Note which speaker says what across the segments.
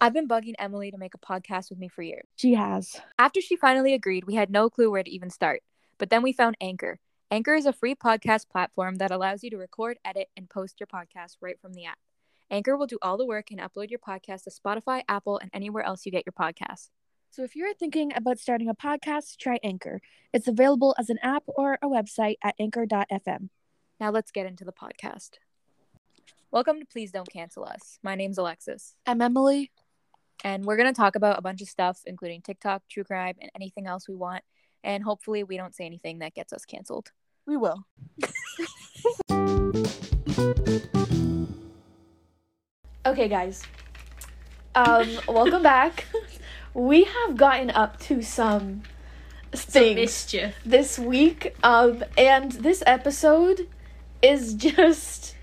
Speaker 1: I've been bugging Emily to make a podcast with me for years.
Speaker 2: She has.
Speaker 1: After she finally agreed, we had no clue where to even start. But then we found Anchor. Anchor is a free podcast platform that allows you to record, edit, and post your podcast right from the app. Anchor will do all the work and upload your podcast to Spotify, Apple, and anywhere else you get your podcasts.
Speaker 2: So if you're thinking about starting a podcast, try Anchor. It's available as an app or a website at anchor.fm.
Speaker 1: Now let's get into the podcast. Welcome to Please Don't Cancel Us. My name's Alexis,
Speaker 2: I'm Emily.
Speaker 1: and we're going to talk about a bunch of stuff, including TikTok, true crime, and anything else we want. And hopefully, we don't say anything that gets us canceled.
Speaker 2: We will.
Speaker 3: Okay, guys. Um, welcome back. We have gotten up to some things
Speaker 4: mischief.
Speaker 3: this week, um, and this episode is just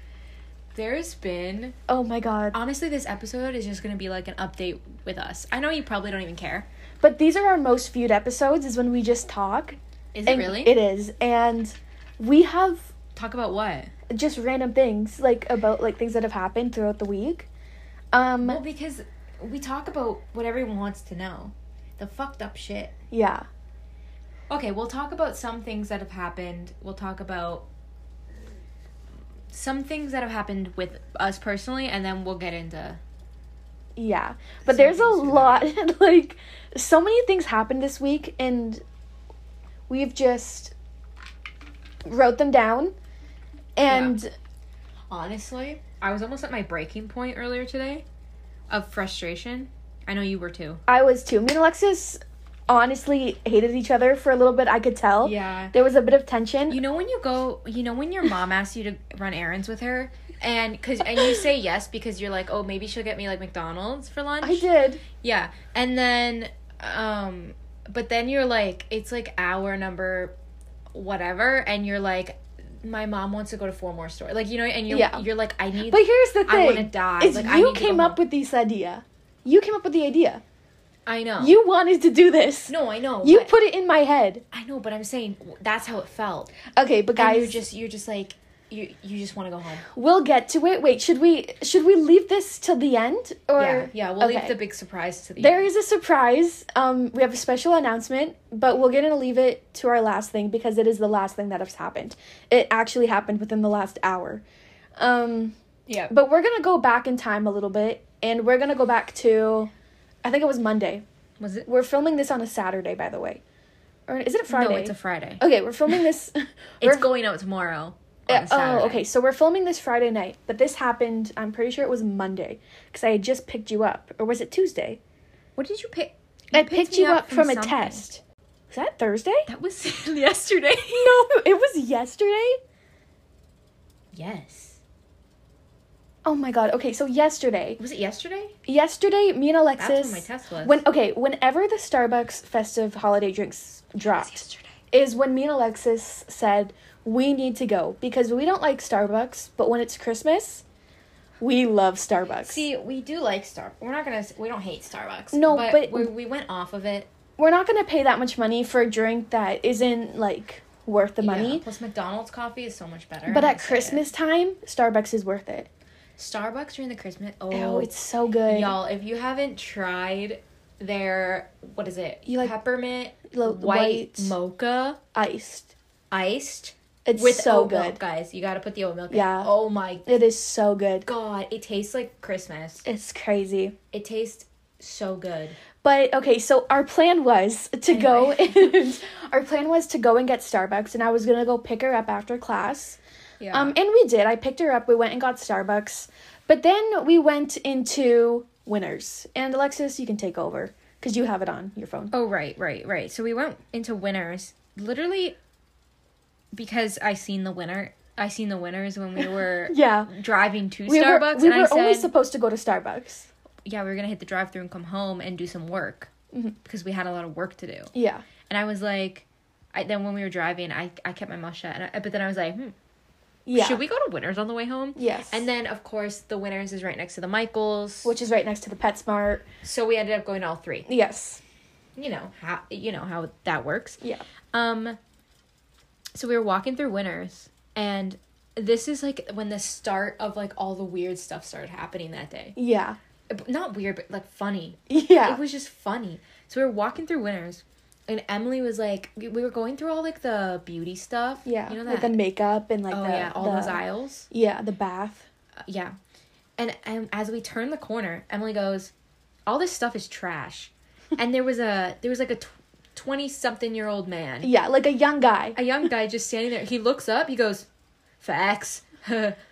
Speaker 4: There's been
Speaker 3: oh my god.
Speaker 4: honestly, this episode is just gonna be like an update with us. I know you probably don't even care.
Speaker 3: But these are our most viewed episodes. Is when we just talk.
Speaker 4: Is
Speaker 3: And
Speaker 4: it really?
Speaker 3: It is, and we have
Speaker 4: Talk about what?
Speaker 3: just random things like about like things that have happened throughout the week.
Speaker 4: Well,
Speaker 3: Um,
Speaker 4: because we talk about what everyone wants to know, the fucked up shit.
Speaker 3: yeah,
Speaker 4: Okay, we'll talk about some things that have happened. We'll talk about some things that have happened with us personally, and then we'll get into.
Speaker 3: yeah. But there's a
Speaker 4: things we
Speaker 3: lot, like so many things happened this week, and we've just wrote them down. And
Speaker 4: Honestly, I was almost at my breaking point earlier today, of frustration. I know you were too.
Speaker 3: I was too. Me and Alexis honestly hated each other for a little bit. I could tell.
Speaker 4: Yeah.
Speaker 3: There was a bit of tension.
Speaker 4: You know when you go, you know when your mom asks you to run errands with her, and cause and you say yes because you're like, oh, maybe she'll get me like McDonald's for lunch.
Speaker 3: I did.
Speaker 4: Yeah, and then, um, but then you're like, it's like hour number, whatever, and you're like, my mom wants to go to four more store, like you know, and you're
Speaker 3: Yeah.
Speaker 4: you're like, I need,
Speaker 3: But here's the thing.
Speaker 4: I want to die.
Speaker 3: Is
Speaker 4: like, I
Speaker 3: you
Speaker 4: need to go
Speaker 3: came up
Speaker 4: home.
Speaker 3: with this idea. You came up with the idea.
Speaker 4: I know.
Speaker 3: You wanted to do this.
Speaker 4: no, I know.
Speaker 3: You
Speaker 4: but-
Speaker 3: put it in my head.
Speaker 4: I know, but I'm saying that's how it felt.
Speaker 3: Okay, but
Speaker 4: And
Speaker 3: guys,
Speaker 4: you're just you're just like you you just want to go home.
Speaker 3: we'll get to it. Wait, should we should we leave this till the end or
Speaker 4: yeah, yeah. We'll
Speaker 3: Okay.
Speaker 4: leave the big surprise to the
Speaker 3: There is a surprise. Um, we have a special announcement, but we're gonna leave it to our last thing because it is the last thing that has happened. It actually happened within the last hour. Um,
Speaker 4: Yeah.
Speaker 3: but we're gonna go back in time a little bit, and we're gonna go back to, I think it was Monday.
Speaker 4: Was it?
Speaker 3: We're filming this on a Saturday, by the way, or is it a Friday?
Speaker 4: No, it's a Friday.
Speaker 3: okay, we're filming this.
Speaker 4: It's
Speaker 3: we're-
Speaker 4: going out tomorrow.
Speaker 3: uh,
Speaker 4: On Saturday.
Speaker 3: Oh, okay. So we're filming this Friday night, but this happened. I'm pretty sure it was Monday because I had just picked you up, or was it Tuesday?
Speaker 4: What did you pick?
Speaker 3: I picked you up from, a
Speaker 4: something.
Speaker 3: test. Was that Thursday?
Speaker 4: That was yesterday.
Speaker 3: No, it was yesterday.
Speaker 4: Yes.
Speaker 3: Oh my god. Okay, so yesterday,
Speaker 4: Was it yesterday?
Speaker 3: yesterday, me and Alexis.
Speaker 4: That's when my test was.
Speaker 3: When okay, whenever the Starbucks festive holiday drinks dropped,
Speaker 4: yesterday.
Speaker 3: is when me and Alexis said we need to go because we don't like Starbucks, but when it's Christmas, we love Starbucks.
Speaker 4: See, we do like Star. We're not gonna. s- We don't hate Starbucks.
Speaker 3: No, but-
Speaker 4: we we went off of it.
Speaker 3: we're not gonna pay that much money for a drink that isn't like worth the money.
Speaker 4: Yeah, Plus, McDonald's coffee is so much better.
Speaker 3: But
Speaker 4: I'm
Speaker 3: at
Speaker 4: excited.
Speaker 3: Christmas time, Starbucks is worth it.
Speaker 4: Starbucks during the Christmas. Oh,
Speaker 3: Oh, it's so good.
Speaker 4: y'all. If you haven't tried their what is it?
Speaker 3: You like
Speaker 4: peppermint
Speaker 3: lo-
Speaker 4: white,
Speaker 3: white-
Speaker 4: mocha
Speaker 3: Iced.
Speaker 4: iced
Speaker 3: It's
Speaker 4: with
Speaker 3: so
Speaker 4: oat
Speaker 3: good.
Speaker 4: milk, guys. You gotta put the oat milk. in.
Speaker 3: Yeah.
Speaker 4: Oh my
Speaker 3: It is so good.
Speaker 4: god, it tastes like Christmas.
Speaker 3: It's crazy.
Speaker 4: It tastes so good.
Speaker 3: But okay, so our plan was to go and our plan was to go and get Starbucks and I was gonna go pick her up after class.
Speaker 4: Yeah.
Speaker 3: Um and we did. I picked her up, we went and got Starbucks. But then we went into Winners. And Alexis, you can take over. Because you have it on your phone.
Speaker 4: oh right, right, right. So we went into winners literally because I seen the winner. I seen the winners when we were
Speaker 3: Yeah.
Speaker 4: driving to
Speaker 3: We
Speaker 4: Starbucks.
Speaker 3: were, we
Speaker 4: and
Speaker 3: were
Speaker 4: I said,
Speaker 3: only supposed to go to Starbucks.
Speaker 4: yeah, we were gonna hit the drive-through and come home and do some work because we had a lot of work to do.
Speaker 3: Yeah.
Speaker 4: And I was like, I, then when we were driving, I I kept my mouth shut. And I, but then I was like, hmm,
Speaker 3: Yeah.
Speaker 4: should we go to Winners on the way home?
Speaker 3: Yes.
Speaker 4: And then of course the Winners is right next to the Michaels,
Speaker 3: which is right next to the PetSmart.
Speaker 4: so we ended up going to all three.
Speaker 3: Yes.
Speaker 4: You know how you know how that works.
Speaker 3: Yeah.
Speaker 4: Um. So we were walking through Winners, and this is like when the start of like all the weird stuff started happening that day.
Speaker 3: Yeah.
Speaker 4: But Not weird, but like funny.
Speaker 3: Yeah.
Speaker 4: It was just funny. So we were walking through Winners, and Emily was like, we we were going through all like the beauty stuff.
Speaker 3: yeah.
Speaker 4: you know
Speaker 3: Like
Speaker 4: that.
Speaker 3: the makeup and like
Speaker 4: oh
Speaker 3: the
Speaker 4: yeah, all
Speaker 3: the,
Speaker 4: those aisles.
Speaker 3: Yeah, the bath.
Speaker 4: Uh, yeah, and and as we turn the corner, Emily goes, "All this stuff is trash." and there was a there was like a twenty something year old man,
Speaker 3: Yeah, like a young guy.
Speaker 4: a young guy just standing there. He looks up. He goes, "Facts,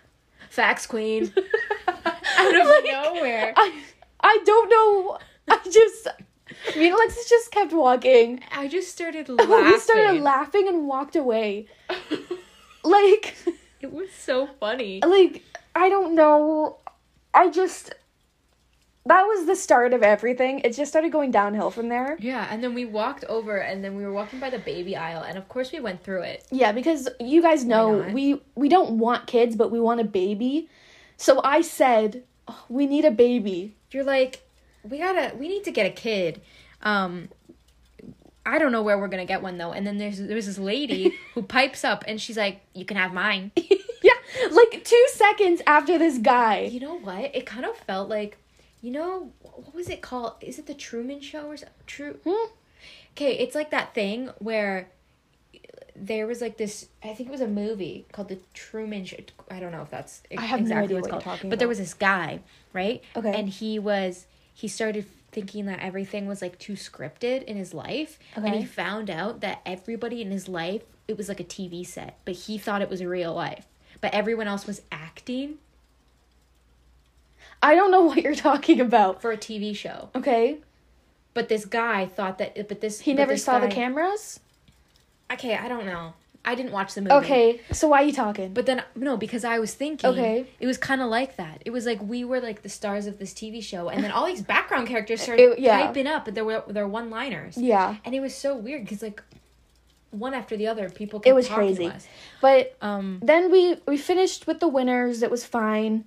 Speaker 4: facts, queen." Out of nowhere.
Speaker 3: I I don't know. I just me and Alexis just kept walking.
Speaker 4: I just started laughing.
Speaker 3: we started laughing and walked away. Like
Speaker 4: It was so funny.
Speaker 3: like I don't know. I just that was the start of everything. It just started going downhill from there.
Speaker 4: Yeah, and then we walked over, and then we were walking by the baby aisle, and of course we went through it.
Speaker 3: Yeah, because you guys know
Speaker 4: not?
Speaker 3: we we don't want kids, but we want a baby. So I said, "Oh, "We need a baby."
Speaker 4: You're like, we gotta, we need to get a kid. Um, I don't know where we're gonna get one though. And then there's there was this lady who pipes up, and she's like, "You can have mine."
Speaker 3: yeah, like 2 seconds after this guy.
Speaker 4: You know what? It kind of felt like, you know, what was it called? Is it the Truman Show or something? True?
Speaker 3: Hmm?
Speaker 4: Okay, it's like that thing where there was like this. I think it was a movie called the Truman Show. I don't know if that's
Speaker 3: I have no idea what you're talking
Speaker 4: But there
Speaker 3: about.
Speaker 4: was this guy, right?
Speaker 3: Okay.
Speaker 4: and he was he started thinking that everything was like too scripted in his life, and
Speaker 3: Okay.
Speaker 4: he found out that everybody in his life it was like a TV set, but he thought it was real life. But everyone else was acting
Speaker 3: I don't know what you're talking about.
Speaker 4: for a TV show.
Speaker 3: Okay? But
Speaker 4: But this guy thought that. But this
Speaker 3: he
Speaker 4: but
Speaker 3: never
Speaker 4: this
Speaker 3: saw the
Speaker 4: guy-
Speaker 3: cameras?
Speaker 4: Okay, I don't know. I didn't watch the movie.
Speaker 3: Okay. So why are you talking?
Speaker 4: But then no, because I was thinking.
Speaker 3: Okay.
Speaker 4: It was kind of like that. It was like we were like the stars of this TV show, and then all these background characters started
Speaker 3: It- yeah.
Speaker 4: typing up, and there were there were one liners.
Speaker 3: yeah.
Speaker 4: And it was so weird because like, one after the other, people. Kept
Speaker 3: It was
Speaker 4: talking to
Speaker 3: crazy.
Speaker 4: us.
Speaker 3: But
Speaker 4: Um.
Speaker 3: then we we finished with the winners. It was fine.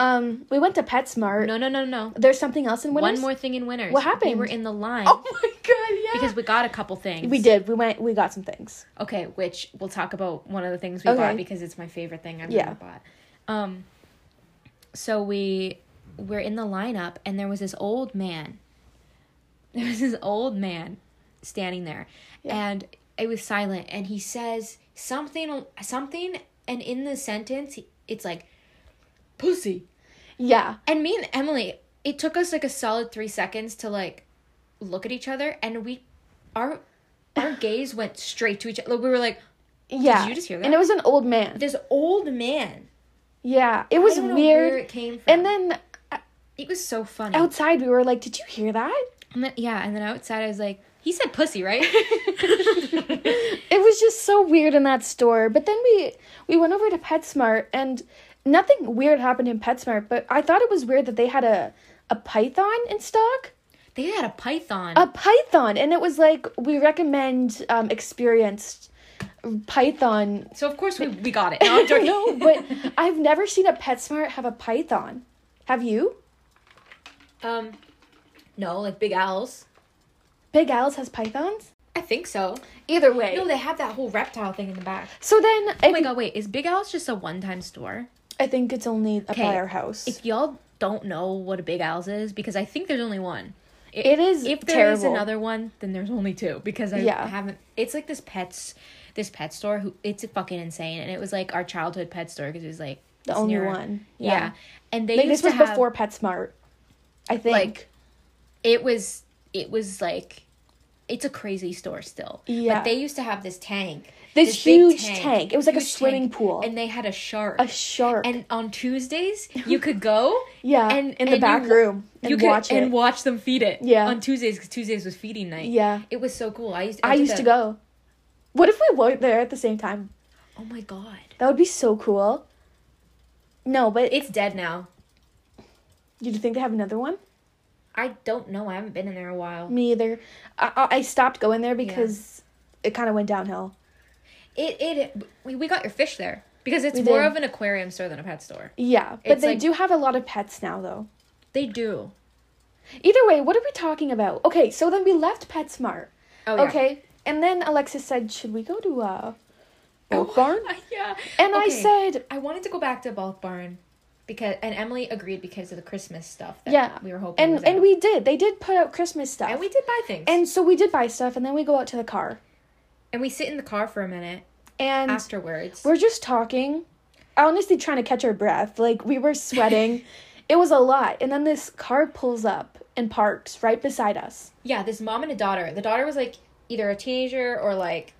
Speaker 3: Um we went to PetSmart.
Speaker 4: No, no, no, no.
Speaker 3: There's something else in winners?
Speaker 4: One more thing in winners.
Speaker 3: What
Speaker 4: We
Speaker 3: happened?
Speaker 4: were in the line
Speaker 3: Oh my god, yeah.
Speaker 4: because we got a couple things.
Speaker 3: we did. We went we got some things.
Speaker 4: Okay, which we'll talk about one of the things we
Speaker 3: Okay.
Speaker 4: bought because it's my favorite thing I've
Speaker 3: Yeah.
Speaker 4: ever bought. Um, so we were in the lineup, and there was this old man. There was this old man standing there, and it was silent. And he says something, something, and in the sentence, he- it's like, "pussy."
Speaker 3: Yeah.
Speaker 4: And me and Emily, it took us like a solid three seconds to like look at each other, and we, our, our gaze went straight to each other. We were like.
Speaker 3: Yeah.
Speaker 4: you just hear
Speaker 3: And
Speaker 4: that?
Speaker 3: it was an old man.
Speaker 4: this old man.
Speaker 3: Yeah. It was
Speaker 4: I don't know
Speaker 3: weird.
Speaker 4: where it came from.
Speaker 3: And then uh,
Speaker 4: it was so funny.
Speaker 3: outside we were like, "Did you hear that?"
Speaker 4: And then- yeah, and then outside I was like, he said pussy, right?
Speaker 3: It was just so weird in that store. But then we we went over to PetSmart and nothing weird happened in PetSmart, but I thought it was weird that they had a a python in stock.
Speaker 4: they had a python.
Speaker 3: A python, and it was like we recommend um experienced python.
Speaker 4: so of course we, we got it. No, I'm joking.
Speaker 3: no, but I've never seen a PetSmart have a python. Have you?
Speaker 4: Um, no, like big owls.
Speaker 3: Big Al's has pythons?
Speaker 4: I think so.
Speaker 3: Either way.
Speaker 4: No, they have that whole reptile thing in the back.
Speaker 3: so then
Speaker 4: Oh
Speaker 3: if
Speaker 4: my god, wait, is Big Owl's just a one time store?
Speaker 3: I think it's only up by
Speaker 4: Okay.
Speaker 3: our house.
Speaker 4: If y'all don't know what a Big Owl's is, because I think there's only one. I-
Speaker 3: It is
Speaker 4: If there is
Speaker 3: terrible.
Speaker 4: another one, then there's only two because I
Speaker 3: Yeah.
Speaker 4: haven't. It's like this pets, this pet store. Who it's fucking insane, and it was like our childhood pet store because it was like
Speaker 3: The
Speaker 4: it's
Speaker 3: only
Speaker 4: near-
Speaker 3: one.
Speaker 4: Yeah.
Speaker 3: Yeah.
Speaker 4: and they
Speaker 3: like,
Speaker 4: used
Speaker 3: this was
Speaker 4: to have,
Speaker 3: before PetSmart. I think.
Speaker 4: Like, it was it was like it's a crazy store still.
Speaker 3: Yeah.
Speaker 4: but they used to have this tank,
Speaker 3: This
Speaker 4: big
Speaker 3: huge tank. It was like a
Speaker 4: huge
Speaker 3: swimming pool.
Speaker 4: and they had a shark.
Speaker 3: a shark.
Speaker 4: and on Tuesdays you could go
Speaker 3: yeah,
Speaker 4: and
Speaker 3: in the
Speaker 4: and
Speaker 3: back
Speaker 4: you-
Speaker 3: room and
Speaker 4: you could
Speaker 3: watch it.
Speaker 4: and watch them feed it.
Speaker 3: Yeah.
Speaker 4: on Tuesdays because Tuesdays was feeding night.
Speaker 3: Yeah.
Speaker 4: it was so cool. I used
Speaker 3: I
Speaker 4: did
Speaker 3: used to
Speaker 4: that-
Speaker 3: go. What if we were there at the same time?
Speaker 4: Oh my god,
Speaker 3: That would be so cool. No, but
Speaker 4: it's dead now.
Speaker 3: you think they have another one?
Speaker 4: I don't know. I haven't been in there a while.
Speaker 3: Me either. I, I I stopped going there because it kind of went downhill.
Speaker 4: It it we, we got your fish there because it's
Speaker 3: We
Speaker 4: more
Speaker 3: did.
Speaker 4: of an aquarium store than a pet store.
Speaker 3: Yeah, but
Speaker 4: It's
Speaker 3: they
Speaker 4: like-
Speaker 3: do have a lot of pets now, though.
Speaker 4: They do.
Speaker 3: Either way, what are we talking about? Okay, so then we left PetSmart.
Speaker 4: Oh yeah.
Speaker 3: Okay, and then Alexis said, "Should we go to uh, Oak Barn.
Speaker 4: yeah.
Speaker 3: And I
Speaker 4: Oh. Okay.
Speaker 3: said,
Speaker 4: I wanted to go back to Bulk Barn because and Emily agreed because of the Christmas stuff that
Speaker 3: Yeah.
Speaker 4: Uh, we were hoping.
Speaker 3: and
Speaker 4: was
Speaker 3: and
Speaker 4: out.
Speaker 3: we did. They did put out Christmas stuff.
Speaker 4: and we did buy things.
Speaker 3: And so we did buy stuff, and then we go out to the car,
Speaker 4: and we sit in the car for a minute
Speaker 3: and
Speaker 4: afterwards.
Speaker 3: we're just talking, honestly trying to catch our breath. Like we were sweating, it was a lot. And then this car pulls up and parks right beside us.
Speaker 4: yeah, this mom and a daughter. The daughter was like either a teenager or like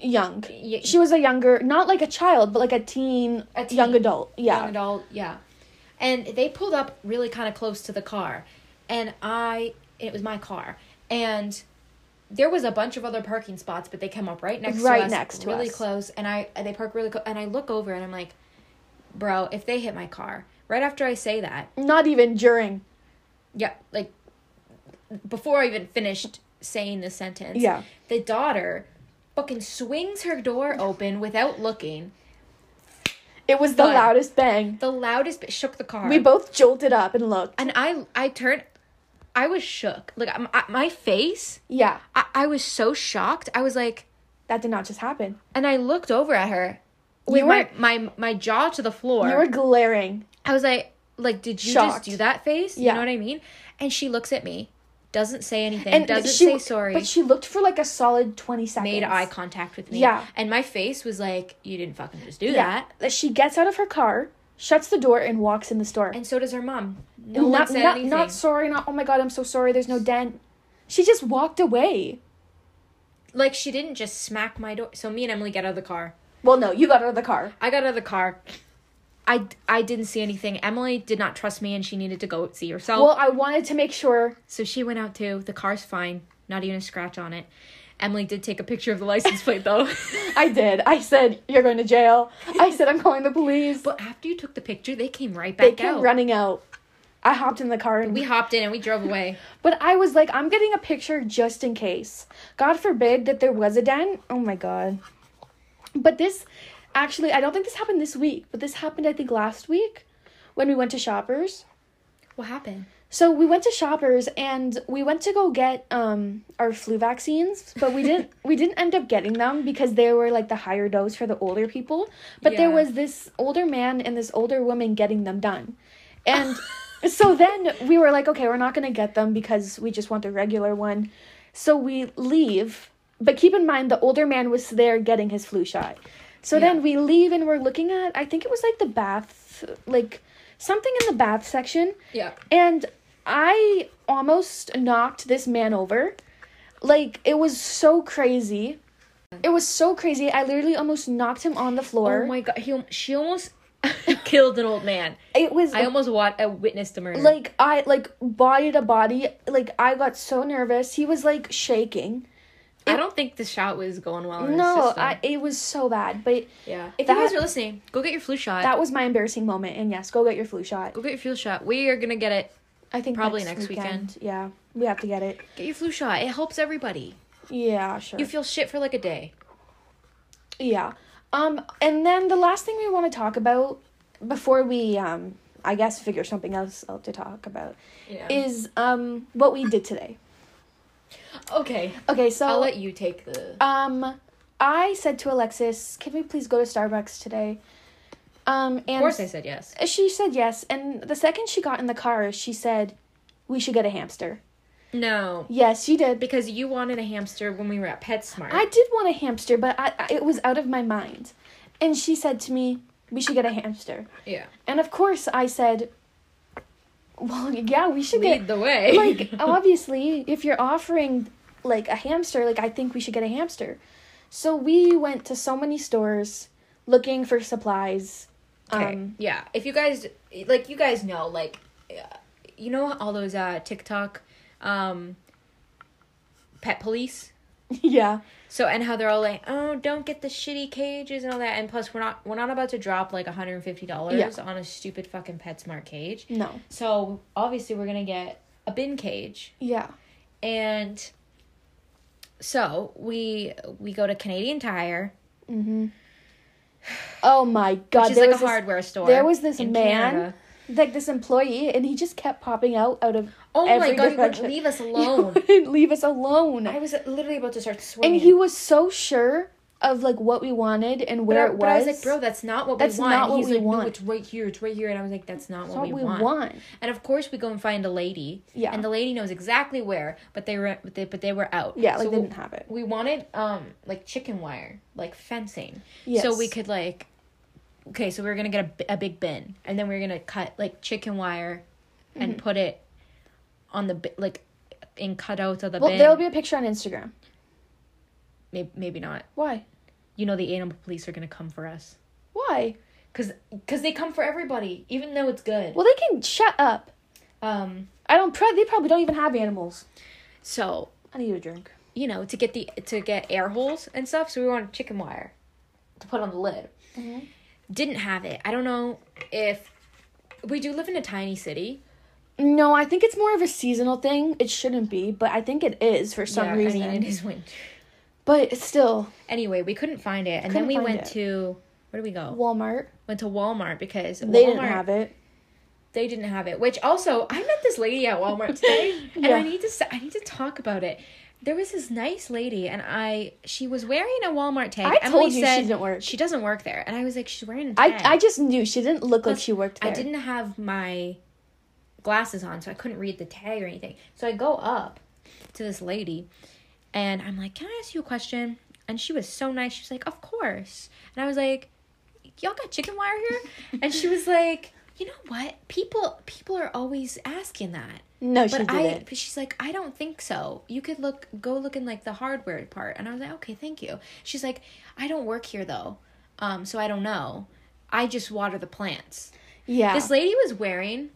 Speaker 3: Young.
Speaker 4: y-
Speaker 3: She was a younger, not like a child, but like a teen,
Speaker 4: A teen.
Speaker 3: young adult. Yeah.
Speaker 4: young adult. Yeah, and they pulled up really kind of close to the car, and I it was my car, and there was a bunch of other parking spots, but they come up right next
Speaker 3: Right
Speaker 4: to us,
Speaker 3: next to
Speaker 4: really
Speaker 3: us.
Speaker 4: close, and I and they park really close, and I look over and I'm like, bro, if they hit my car right after I say that,
Speaker 3: Not even during.
Speaker 4: yeah, like before I even finished saying the sentence,
Speaker 3: Yeah.
Speaker 4: the daughter fucking swings her door open without looking.
Speaker 3: It was the
Speaker 4: Done.
Speaker 3: loudest bang.
Speaker 4: The loudest bit shook the car.
Speaker 3: We both jolted up and looked.
Speaker 4: and I I turned I was shook. Like I'm- I, my face,
Speaker 3: Yeah,
Speaker 4: I, I was so shocked. I was like
Speaker 3: that did not just happen.
Speaker 4: and I looked over at her with
Speaker 3: You
Speaker 4: my, my my jaw to the floor.
Speaker 3: You were glaring.
Speaker 4: I was like like did you
Speaker 3: Shocked.
Speaker 4: just do that face?
Speaker 3: Yeah.
Speaker 4: You know what I mean? And she looks at me, doesn't say anything,
Speaker 3: And
Speaker 4: doesn't
Speaker 3: she,
Speaker 4: say sorry.
Speaker 3: But she looked for like a solid 20 seconds.
Speaker 4: made eye contact with me.
Speaker 3: Yeah.
Speaker 4: And my face was like, you didn't fucking just do
Speaker 3: Yeah.
Speaker 4: that.
Speaker 3: She gets out of her car, shuts the door, and walks in the store.
Speaker 4: And so does her mom. No one
Speaker 3: not,
Speaker 4: said
Speaker 3: not,
Speaker 4: anything.
Speaker 3: not sorry, not, oh my god, I'm so sorry, there's no dent. She just walked away.
Speaker 4: like, she didn't just smack my door. So me and Emily get out of the car.
Speaker 3: Well, no, you got out of the car.
Speaker 4: I got out of the car. I, I didn't see anything. Emily did not trust me and she needed to go see herself.
Speaker 3: Well, I wanted to make sure.
Speaker 4: so she went out too. The car's fine. Not even a scratch on it. Emily did take a picture of the license plate though.
Speaker 3: I did. I said, You're going to jail. I said, I'm calling the police.
Speaker 4: but after you took the picture, they came right
Speaker 3: they
Speaker 4: back
Speaker 3: kept
Speaker 4: out.
Speaker 3: running out. I hopped in the car and
Speaker 4: We hopped in and we drove away.
Speaker 3: But I was like, I'm getting a picture just in case. God forbid that there was a den. Oh my god. But this actually I don't think this happened this week, but this happened I think last week when we went to shoppers.
Speaker 4: What happened?
Speaker 3: So we went to shoppers and we went to go get um our flu vaccines, but we didn't we didn't end up getting them because they were like the higher dose for the older people. But there
Speaker 4: Yeah.
Speaker 3: was this older man and this older woman getting them done. And so then we were like, okay, we're not going to get them because we just want the regular one. So we leave. But keep in mind, the older man was there getting his flu shot. So then we leave and we're looking at, I think it was like the bath, like something in the bath section.
Speaker 4: Yeah.
Speaker 3: And I almost knocked this man over. Like, it was so crazy. It was so crazy. I literally almost knocked him on the floor.
Speaker 4: Oh my god, he al- she almost killed an old man.
Speaker 3: it was
Speaker 4: I almost wa- I witnessed a murder.
Speaker 3: like I like body to body, like I got so nervous. He was like shaking.
Speaker 4: I don't think the shout was going well. In no,
Speaker 3: No, I, it was so bad. But
Speaker 4: yeah. If
Speaker 3: that-
Speaker 4: you guys are listening, go get your flu shot.
Speaker 3: that was my embarrassing moment. And yes, go get your flu shot.
Speaker 4: go get your flu shot. We are gonna get it.
Speaker 3: I think
Speaker 4: Probably next
Speaker 3: Yeah, we have to get it.
Speaker 4: Get your flu shot. It helps everybody.
Speaker 3: Yeah, sure.
Speaker 4: You feel shit for like a day.
Speaker 3: yeah. Um, and then the last thing we want to talk about before we um, I guess figure something else out to talk about
Speaker 4: Yeah.
Speaker 3: is um what we did today.
Speaker 4: okay.
Speaker 3: Okay, so
Speaker 4: I'll let you take the.
Speaker 3: Um, I said to Alexis, "Can we please go to Starbucks today?" Um, and
Speaker 4: Of course, I said yes.
Speaker 3: she said yes. And the second she got in the car, she said, "We should get a hamster."
Speaker 4: No,
Speaker 3: Yes, she did.
Speaker 4: because you wanted a hamster when we were at PetSmart.
Speaker 3: I did want a hamster, but I, I- it was out of my mind. And she said to me, "We should get a hamster."
Speaker 4: yeah.
Speaker 3: And of course, I said, "Well, yeah, we should get
Speaker 4: Lead the way.
Speaker 3: like obviously if you're offering like a hamster like i think we should get a hamster so we went to so many stores looking for supplies
Speaker 4: Okay.
Speaker 3: um
Speaker 4: yeah. If you guys like, you guys know, like, uh, you know all those uh, TikTok, um, pet police.
Speaker 3: yeah
Speaker 4: So and how they're all like, oh, don't get the shitty cages and all that. And plus, we're not we're not about to drop like one hundred and fifty dollars
Speaker 3: Yeah.
Speaker 4: on a stupid fucking PetSmart cage.
Speaker 3: no
Speaker 4: So obviously, we're gonna get a bin cage
Speaker 3: yeah
Speaker 4: and so we we go to Canadian Tire,
Speaker 3: oh my god
Speaker 4: which is
Speaker 3: there
Speaker 4: like a
Speaker 3: was this-
Speaker 4: hardware store.
Speaker 3: there was this
Speaker 4: in
Speaker 3: man
Speaker 4: Canada.
Speaker 3: like this employee and he just kept popping out out of
Speaker 4: Oh
Speaker 3: every
Speaker 4: my god, he would
Speaker 3: direction.
Speaker 4: leave us
Speaker 3: He
Speaker 4: alone.
Speaker 3: wouldn't leave us alone
Speaker 4: I was literally about to start
Speaker 3: and
Speaker 4: swinging.
Speaker 3: he was so sure of like what we wanted and
Speaker 4: But
Speaker 3: where
Speaker 4: I-
Speaker 3: it was.
Speaker 4: But I was like, bro, that's not what
Speaker 3: That's
Speaker 4: we want.
Speaker 3: not
Speaker 4: And
Speaker 3: what
Speaker 4: He's
Speaker 3: we
Speaker 4: like,
Speaker 3: want.
Speaker 4: no, it's right here, it's right here. And I was like, that's not
Speaker 3: that's
Speaker 4: what,
Speaker 3: what
Speaker 4: we,
Speaker 3: we
Speaker 4: want.
Speaker 3: want.
Speaker 4: And of course, we go and find a lady.
Speaker 3: Yeah.
Speaker 4: And the lady knows exactly where, but they were, but they, but they were out.
Speaker 3: Yeah, like
Speaker 4: So
Speaker 3: they didn't have it.
Speaker 4: we wanted um like chicken wire, like fencing,
Speaker 3: Yes.
Speaker 4: so we could like. Okay, so we were gonna get a, bi- a big bin, and then we were gonna cut like chicken wire,
Speaker 3: Mm-hmm.
Speaker 4: and put it on the bi- like in cutouts of the
Speaker 3: Well,
Speaker 4: bin.
Speaker 3: there'll be a picture on Instagram.
Speaker 4: maybe, maybe not.
Speaker 3: Why?
Speaker 4: You know, the animal police are gonna come for us.
Speaker 3: Why?
Speaker 4: Cause, cause they come for everybody, even though it's good.
Speaker 3: Well, they can shut up.
Speaker 4: Um,
Speaker 3: I don't. Pro- they probably don't even have animals.
Speaker 4: so
Speaker 3: I need a drink.
Speaker 4: you know to get the to get air holes and stuff. So we wanted chicken wire to put on the lid.
Speaker 3: Mm-hmm.
Speaker 4: Didn't have it. I don't know if we do live in a tiny city.
Speaker 3: No, I think it's more of a seasonal thing. It shouldn't be, but I think it is for some
Speaker 4: Yeah,
Speaker 3: reason.
Speaker 4: I mean, it is winter.
Speaker 3: But it's still
Speaker 4: Anyway, we couldn't find it, and
Speaker 3: Couldn't
Speaker 4: then we
Speaker 3: find
Speaker 4: went
Speaker 3: it.
Speaker 4: to where do we go?
Speaker 3: Walmart.
Speaker 4: Went to Walmart because
Speaker 3: They
Speaker 4: Walmart,
Speaker 3: didn't have it.
Speaker 4: They didn't have it. Which also, I met this lady at Walmart today, and I
Speaker 3: Yeah.
Speaker 4: need to s- I need to talk about it. There was this nice lady, and I she was wearing a Walmart tag.
Speaker 3: I told
Speaker 4: Emily
Speaker 3: you she
Speaker 4: said
Speaker 3: didn't work.
Speaker 4: She doesn't work there, and I was like, she's wearing a tag.
Speaker 3: I, I just knew she didn't look like she worked there.
Speaker 4: I didn't have my glasses on, so I couldn't read the tag or anything. So I go up to this lady and I'm like, Can I ask you a question? And she was so nice. She was like, Of course. And I was like, Y'all got chicken wire here? and she was like, You know what? People people are always asking that.
Speaker 3: No, she
Speaker 4: But I,
Speaker 3: didn't.
Speaker 4: but she's like, I don't think so. You could look, go look in like the hardware part, and I was like, okay, thank you. She's like, I don't work here though, um, so I don't know. I just water the plants.
Speaker 3: yeah.
Speaker 4: This lady was wearing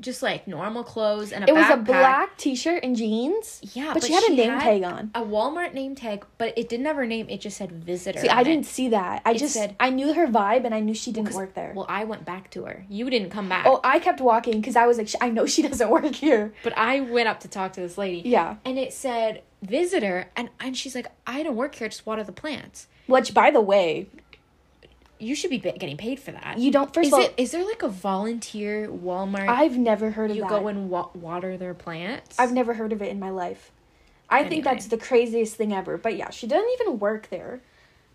Speaker 4: just like normal clothes and a
Speaker 3: it was a
Speaker 4: backpack.
Speaker 3: black t shirt and jeans.
Speaker 4: Yeah,
Speaker 3: But, she had a name tag on.
Speaker 4: A Walmart name tag, but it didn't have her name. It just said visitor.
Speaker 3: See, I
Speaker 4: on it.
Speaker 3: didn't see that. I just
Speaker 4: said-
Speaker 3: I knew her vibe and I knew she didn't
Speaker 4: 'Cause-
Speaker 3: work there.
Speaker 4: Well, I went back to her. You didn't come back.
Speaker 3: oh, I kept walking because I was like, "Sh- I know she doesn't work here.
Speaker 4: But I went up to talk to this lady.
Speaker 3: Yeah.
Speaker 4: And it said visitor, and and she's like, I don't work here. I just water the plants.
Speaker 3: Which, by the way,
Speaker 4: You should be ba- getting paid for that.
Speaker 3: you don't. First
Speaker 4: is
Speaker 3: of all,
Speaker 4: it is there like a volunteer Walmart?
Speaker 3: I've never heard of
Speaker 4: you
Speaker 3: that.
Speaker 4: go and wa- water their plants.
Speaker 3: I've never heard of it in my life. I think
Speaker 4: Anyway.
Speaker 3: that's the craziest thing ever. But yeah, she doesn't even work there.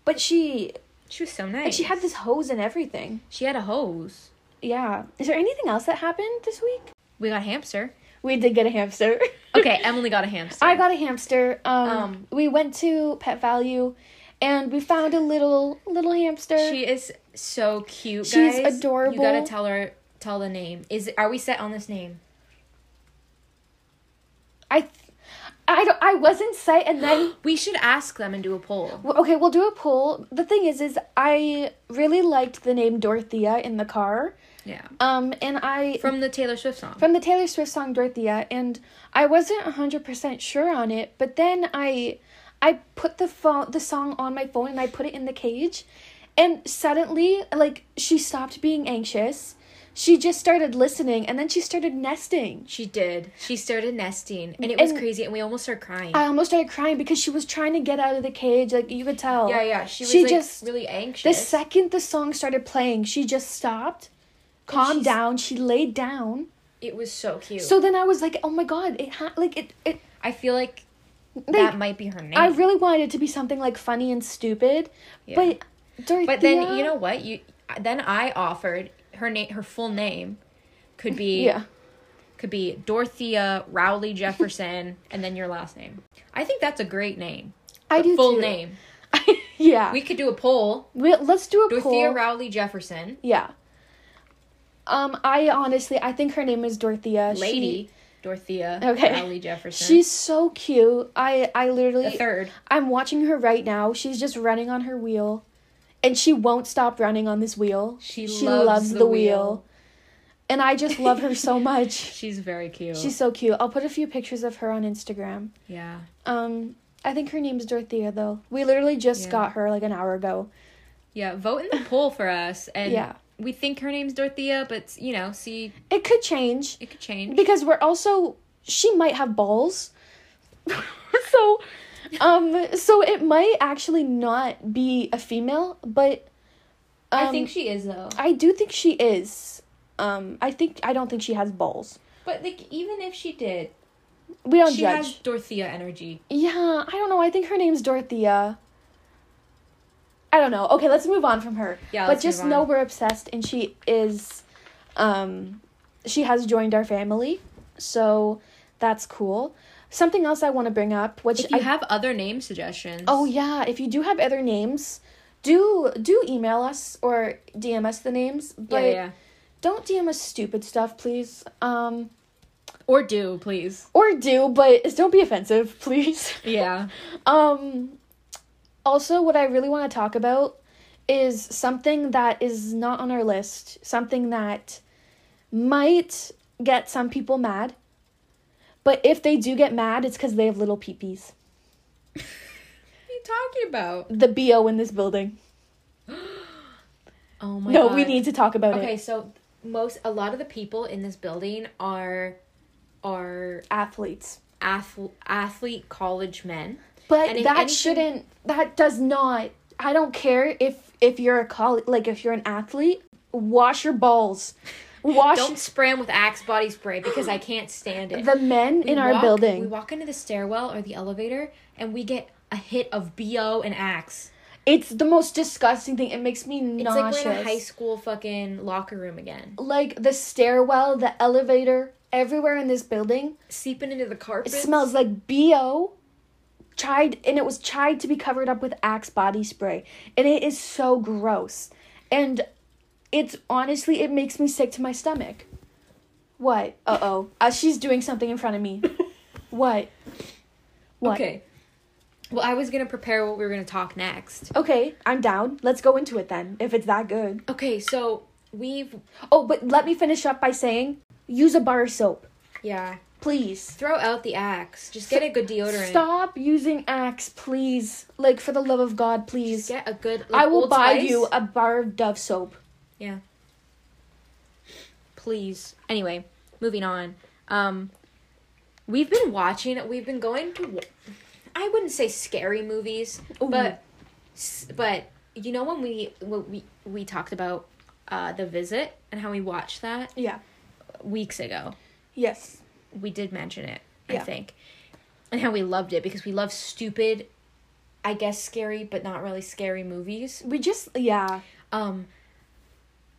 Speaker 3: But she
Speaker 4: she was so nice.
Speaker 3: and she had this hose and everything.
Speaker 4: she had a hose.
Speaker 3: Yeah. Is there anything else that happened this week?
Speaker 4: We got a hamster.
Speaker 3: We did get a hamster.
Speaker 4: Okay, Emily got a hamster.
Speaker 3: I got a hamster. Um,
Speaker 4: Um,
Speaker 3: we went to Pet Value, and we found a little little hamster.
Speaker 4: She is so cute.
Speaker 3: She's
Speaker 4: guys. You gotta
Speaker 3: adorable.
Speaker 4: tell her. Tell the name. Is are we set on this name?
Speaker 3: I, th- I don't. I was in sight, and then
Speaker 4: We should ask them and do a poll.
Speaker 3: Well, okay, we'll do a poll. The thing is, is I really liked the name Dorothea in the car.
Speaker 4: Yeah.
Speaker 3: Um, and I
Speaker 4: From the Taylor Swift song.
Speaker 3: from the Taylor Swift song Dorothea, and I wasn't hundred percent sure on it, but then I I put the phone the song on my phone and I put it in the cage, and suddenly like she stopped being anxious. She just started listening, and then she started nesting.
Speaker 4: she did. She started nesting, and it was
Speaker 3: And-
Speaker 4: crazy, and we almost started crying.
Speaker 3: I almost started crying because she was trying to get out of the cage. Like you could tell.
Speaker 4: yeah, yeah. She was
Speaker 3: she
Speaker 4: like,
Speaker 3: just-
Speaker 4: really anxious.
Speaker 3: The second the song started playing, she just stopped, calmed
Speaker 4: she's-
Speaker 3: down. She laid down.
Speaker 4: it was so cute.
Speaker 3: So then I was like, "Oh my god!" It ha- like it it.
Speaker 4: I feel like
Speaker 3: Like,
Speaker 4: that might be her name.
Speaker 3: I really wanted it to be something like funny and stupid,
Speaker 4: Yeah.
Speaker 3: but Dorothea,
Speaker 4: But then you know what? You then I offered her name. Her full name could be
Speaker 3: yeah,
Speaker 4: could be Dorothea Rowley Jefferson, and then your last name. I think that's a great name.
Speaker 3: I do
Speaker 4: full
Speaker 3: too.
Speaker 4: name.
Speaker 3: yeah, we,
Speaker 4: We could do a poll.
Speaker 3: let's do a
Speaker 4: Dorothea
Speaker 3: poll.
Speaker 4: Rowley Jefferson,
Speaker 3: yeah. Um, I honestly, I think her name is Dorothea. She-
Speaker 4: lady Dorothea
Speaker 3: Okay.
Speaker 4: Rowley Jefferson.
Speaker 3: she's so cute. I I
Speaker 4: the
Speaker 3: literally
Speaker 4: third.
Speaker 3: I'm watching her right now. She's just running on her wheel, and she won't stop running on this wheel.
Speaker 4: She loves the wheel.
Speaker 3: and I just love her so much.
Speaker 4: She's very cute.
Speaker 3: She's so cute. I'll put a few pictures of her on Instagram.
Speaker 4: yeah.
Speaker 3: Um, I think her name's Dorothea though. We literally just
Speaker 4: Yeah.
Speaker 3: got her like an hour ago.
Speaker 4: Yeah. Vote in the poll for us, and
Speaker 3: Yeah.
Speaker 4: we think her name's Dorothea, but you know, see,
Speaker 3: It could change
Speaker 4: it could change.
Speaker 3: because we're also she might have balls, so um, so it might actually not be a female, but
Speaker 4: I
Speaker 3: um,
Speaker 4: think she is though.
Speaker 3: I do think she is. Um, I think I don't think she has balls.
Speaker 4: But like, even if she did,
Speaker 3: We don't
Speaker 4: she
Speaker 3: judge.
Speaker 4: has Dorothea energy.
Speaker 3: Yeah, I don't know. I think her name's Dorothea. I don't know. Okay, let's move on from her.
Speaker 4: Yeah,
Speaker 3: but
Speaker 4: let's
Speaker 3: just
Speaker 4: move
Speaker 3: know
Speaker 4: on.
Speaker 3: we're obsessed, and she is, um, she has joined our family, so that's cool. Something else I want to bring up, which
Speaker 4: If you
Speaker 3: I
Speaker 4: have other name suggestions,
Speaker 3: Oh yeah, if you do have other names, do do email us or DM us the names,
Speaker 4: yeah,
Speaker 3: but
Speaker 4: yeah, yeah.
Speaker 3: don't DM us stupid stuff, please. Um
Speaker 4: or do please,
Speaker 3: or do, but don't be offensive, please.
Speaker 4: yeah,
Speaker 3: Um also what I really want to talk about is something that is not on our list, something that might get some people mad. But if they do get mad, it's cuz they have little peepees.
Speaker 4: what are you talking about?
Speaker 3: The BO in this building.
Speaker 4: Oh my
Speaker 3: no,
Speaker 4: god,
Speaker 3: we need to talk about
Speaker 4: Okay,
Speaker 3: it.
Speaker 4: so most a lot of the people in this building are are
Speaker 3: Athletes.
Speaker 4: athlete, athlete college men.
Speaker 3: But
Speaker 4: And if
Speaker 3: that
Speaker 4: anything-
Speaker 3: shouldn't. That does not. I don't care if if you're a college, like if you're an athlete, wash your balls. Wash
Speaker 4: Don't spray 'em with Axe body spray because I can't stand it.
Speaker 3: the men
Speaker 4: We
Speaker 3: in our
Speaker 4: walk-
Speaker 3: building.
Speaker 4: we walk into the stairwell or the elevator, and we get a hit of bo and Axe.
Speaker 3: It's the most disgusting thing. It makes me
Speaker 4: It's
Speaker 3: nauseous.
Speaker 4: like we're in a high school fucking locker room again,
Speaker 3: Like the stairwell, the elevator, everywhere in this building,
Speaker 4: seeping into the
Speaker 3: it
Speaker 4: carpet.
Speaker 3: smells like bo. Tried and it was tried to be covered up with Axe body spray, and it is so gross. And it's honestly, it makes me sick to my stomach. What? Uh oh. Uh, she's doing something in front of me. what? What?
Speaker 4: Okay. Well, I was gonna prepare what we were gonna talk next.
Speaker 3: Okay, I'm down. Let's go into it then, if it's that good.
Speaker 4: Okay, so we've
Speaker 3: Oh, but let me finish up by saying use a bar of soap,
Speaker 4: yeah.
Speaker 3: please.
Speaker 4: Throw out the axe. Just get a good deodorant.
Speaker 3: Stop using Axe, please. Like, for the love of God, please.
Speaker 4: Get a good. like,
Speaker 3: I will
Speaker 4: Old
Speaker 3: buy
Speaker 4: Spice.
Speaker 3: you a bar of Dove soap.
Speaker 4: Yeah. Please. Anyway, moving on. Um, we've been watching. We've been going to. wa- I wouldn't say scary movies, but s- but you know when we when we we talked about uh the visit and how we watched that
Speaker 3: Yeah.
Speaker 4: weeks ago.
Speaker 3: Yes.
Speaker 4: We did mention it, I
Speaker 3: Yeah.
Speaker 4: think, and how we loved it because we love stupid, I guess scary but not really scary movies.
Speaker 3: We just, yeah.
Speaker 4: Um,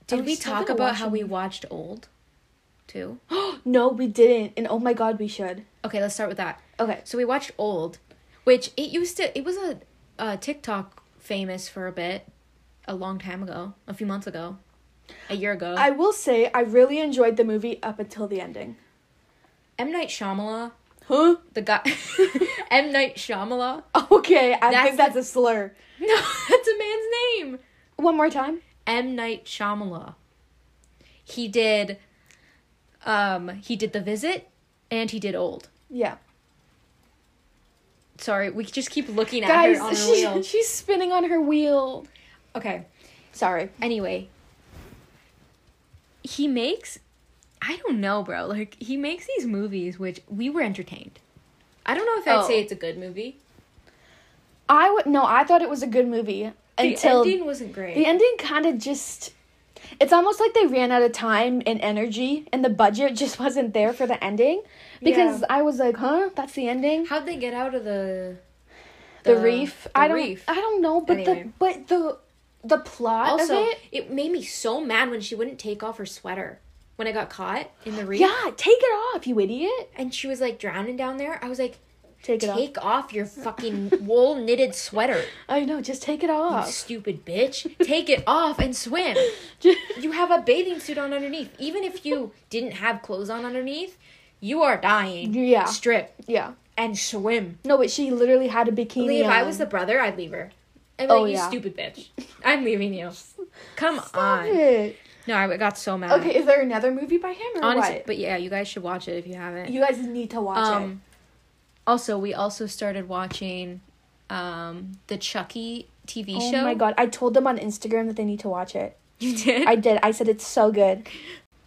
Speaker 3: Are
Speaker 4: did
Speaker 3: we
Speaker 4: we
Speaker 3: Oh, still
Speaker 4: talk
Speaker 3: gonna
Speaker 4: about
Speaker 3: watch
Speaker 4: how
Speaker 3: a
Speaker 4: we watched Old, too?
Speaker 3: No, we didn't. And oh my God, we should.
Speaker 4: okay, let's start with that.
Speaker 3: Okay.
Speaker 4: So we watched Old, which it used to. It was a, a TikTok famous for a bit, a long time ago, a few months ago, a year ago.
Speaker 3: I will say I really enjoyed the movie up until the ending.
Speaker 4: M Night Shyamala,
Speaker 3: Huh?
Speaker 4: the guy, M Night Shyamala.
Speaker 3: Okay, I
Speaker 4: That's
Speaker 3: think that's a slur.
Speaker 4: No, that's a man's name.
Speaker 3: One more time.
Speaker 4: M Night Shyamala. He did, um, he did The Visit, and he did Old.
Speaker 3: Yeah.
Speaker 4: Sorry, we just keep looking at her on her
Speaker 3: Guys, she,
Speaker 4: wheel.
Speaker 3: she's spinning on her wheel.
Speaker 4: Okay.
Speaker 3: Sorry.
Speaker 4: Anyway, he makes I don't know, bro. Like he makes these movies which we were entertained. I don't know if I'd
Speaker 3: Oh.
Speaker 4: say it's a good movie.
Speaker 3: I would no. I thought it was a good movie
Speaker 4: The
Speaker 3: until
Speaker 4: ending wasn't great.
Speaker 3: the ending kind of just. It's almost like they ran out of time and energy, and the budget just wasn't there for the ending. Because
Speaker 4: Yeah.
Speaker 3: I was like, "Huh, that's the ending."
Speaker 4: How'd they get out of the
Speaker 3: The, reef.
Speaker 4: the
Speaker 3: I don't.
Speaker 4: reef.
Speaker 3: I don't know, but
Speaker 4: Anyway.
Speaker 3: the but the the plot
Speaker 4: Also,
Speaker 3: of
Speaker 4: it?
Speaker 3: it.
Speaker 4: made me so mad when she wouldn't take off her sweater when I got caught in the reef.
Speaker 3: Yeah, take it off, you idiot.
Speaker 4: And she was like drowning down there. I was like,
Speaker 3: Take it off.
Speaker 4: take off your fucking wool knitted sweater.
Speaker 3: I know. Just take it
Speaker 4: You
Speaker 3: off.
Speaker 4: stupid bitch. Take it off and swim. You have a bathing suit on underneath. Even if you didn't have clothes on underneath, you are dying.
Speaker 3: Yeah.
Speaker 4: Strip
Speaker 3: yeah.
Speaker 4: and swim.
Speaker 3: No, but she literally had a bikini.
Speaker 4: Leave. I
Speaker 3: on.
Speaker 4: was the brother, I'd leave her. I'd be
Speaker 3: Oh,
Speaker 4: like, you
Speaker 3: yeah.
Speaker 4: stupid bitch. I'm leaving you. Come
Speaker 3: Stop
Speaker 4: on.
Speaker 3: it.
Speaker 4: No, I got so mad.
Speaker 3: Okay, is there another movie by him or
Speaker 4: Honestly,
Speaker 3: what?
Speaker 4: but yeah, you guys should watch it if you haven't.
Speaker 3: you guys need to watch it.
Speaker 4: um, also, we also started watching um, the Chucky TV
Speaker 3: Oh
Speaker 4: show.
Speaker 3: my god, I told them on Instagram that they need to watch it.
Speaker 4: You did?
Speaker 3: I did. I said it's so good.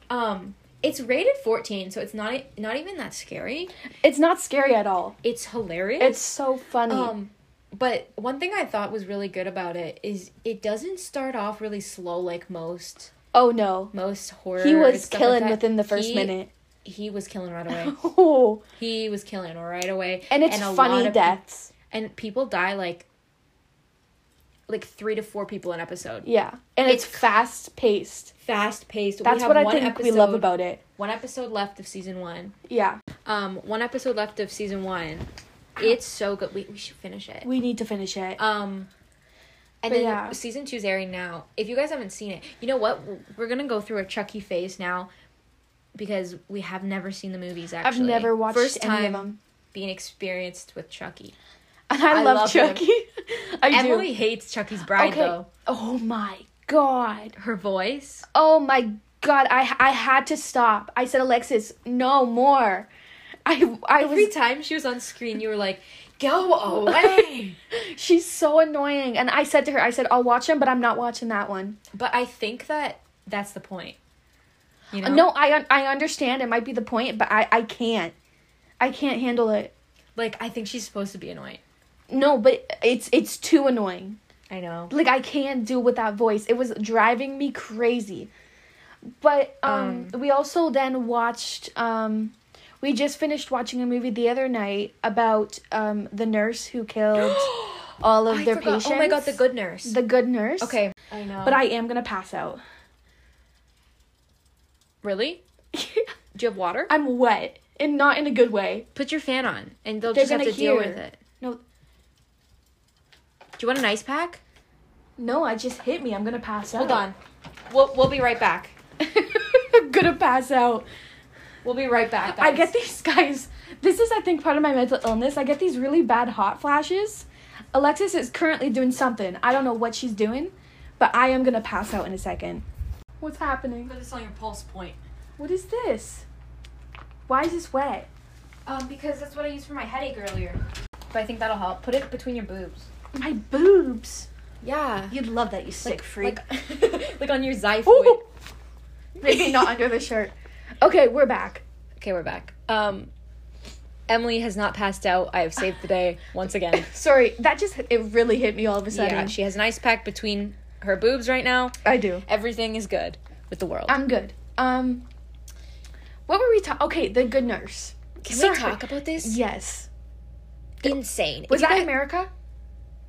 Speaker 4: Um, it's rated 14, so it's not not even that scary.
Speaker 3: It's not scary at all.
Speaker 4: It's hilarious.
Speaker 3: It's so funny.
Speaker 4: um but one thing I thought was really good about it is it doesn't start off really slow like most
Speaker 3: oh no.
Speaker 4: most horror.
Speaker 3: He was
Speaker 4: stuff like
Speaker 3: killing
Speaker 4: that.
Speaker 3: within the first
Speaker 4: He-
Speaker 3: minute.
Speaker 4: He was killing right away.
Speaker 3: Oh,
Speaker 4: he was killing right away.
Speaker 3: and it's
Speaker 4: a lot
Speaker 3: funny
Speaker 4: of peop-
Speaker 3: deaths.
Speaker 4: and people die like like three to four people an episode.
Speaker 3: Yeah. And it's,
Speaker 4: It's-
Speaker 3: fast paced.
Speaker 4: Fast paced.
Speaker 3: That's what I think we love about it.
Speaker 4: One episode left of season one.
Speaker 3: Yeah.
Speaker 4: Um, one episode left of season one. It's so good. We we should finish it.
Speaker 3: We need to finish it.
Speaker 4: Um,
Speaker 3: But
Speaker 4: and then
Speaker 3: yeah.
Speaker 4: season two's airing now. If you guys haven't seen it, you know what? We're gonna go through a Chucky phase now because we have never seen the movies. Actually,
Speaker 3: I've never watched
Speaker 4: First
Speaker 3: any
Speaker 4: time
Speaker 3: of them.
Speaker 4: being experienced with Chucky.
Speaker 3: And I,
Speaker 4: I
Speaker 3: love,
Speaker 4: love them.
Speaker 3: Chucky. I
Speaker 4: Emily hates Chucky's
Speaker 3: do.
Speaker 4: bride
Speaker 3: Okay.
Speaker 4: though.
Speaker 3: Oh my god.
Speaker 4: Her voice.
Speaker 3: Oh my god. I I had to stop. I said Alexis, no more. I I
Speaker 4: Every
Speaker 3: was
Speaker 4: time she was on screen, you were like, "Go away."
Speaker 3: she's so annoying and I said to her I said I'll watch him but I'm not watching that one.
Speaker 4: but I think that that's the point. You know?
Speaker 3: Uh, No, I un- I understand it might be the point but I I can't. I can't handle it.
Speaker 4: Like I think she's supposed to be annoying.
Speaker 3: No, but it's it's too annoying.
Speaker 4: I know.
Speaker 3: like I can't do with that voice. It was driving me crazy. But um, we also then watched um we just finished watching a movie the other night about um the nurse who killed all of
Speaker 4: I
Speaker 3: their
Speaker 4: forgot.
Speaker 3: patients.
Speaker 4: Oh my god, the good nurse.
Speaker 3: the good nurse.
Speaker 4: okay, I know.
Speaker 3: But I am going to pass out.
Speaker 4: really. Do you have water?
Speaker 3: I'm wet and not in a good way.
Speaker 4: Put your fan on, and they'll
Speaker 3: They're
Speaker 4: just have to
Speaker 3: gonna
Speaker 4: deal
Speaker 3: hear.
Speaker 4: with it.
Speaker 3: No
Speaker 4: Do you want an ice pack?
Speaker 3: no, I just hit me. I'm going to pass out.
Speaker 4: Hold on. We'll we'll be right back.
Speaker 3: I'm going to pass out.
Speaker 4: We'll be right back.
Speaker 3: I
Speaker 4: guys.
Speaker 3: get these guys. This is, I think, part of my mental illness. I get these really bad hot flashes. Alexis is currently doing something. I don't know what she's doing, but I am gonna pass out in a second. What's happening?
Speaker 4: Put this on your pulse point.
Speaker 3: What is this? Why is this wet?
Speaker 4: Um, because that's what I used for my headache earlier. But I think that'll help. Put it between your boobs.
Speaker 3: My boobs.
Speaker 4: Yeah.
Speaker 3: You'd love that, you sick freak.
Speaker 4: Like, like on your xiphoid.
Speaker 3: Ooh. Maybe not under the shirt. oh! Okay, we're back.
Speaker 4: Okay, we're back. Um, Emily has not passed out. I have saved the day once again.
Speaker 3: Sorry, that just it really hit me all of a sudden.
Speaker 4: yeah, she has an ice pack between her boobs right now.
Speaker 3: I do.
Speaker 4: Everything is good with the world.
Speaker 3: I'm good. Um, what were we talking? Okay, the good nurse.
Speaker 4: Can
Speaker 3: sorry.
Speaker 4: we talk about this?
Speaker 3: Yes.
Speaker 4: Insane.
Speaker 3: Was
Speaker 4: If you
Speaker 3: that
Speaker 4: guys-
Speaker 3: America?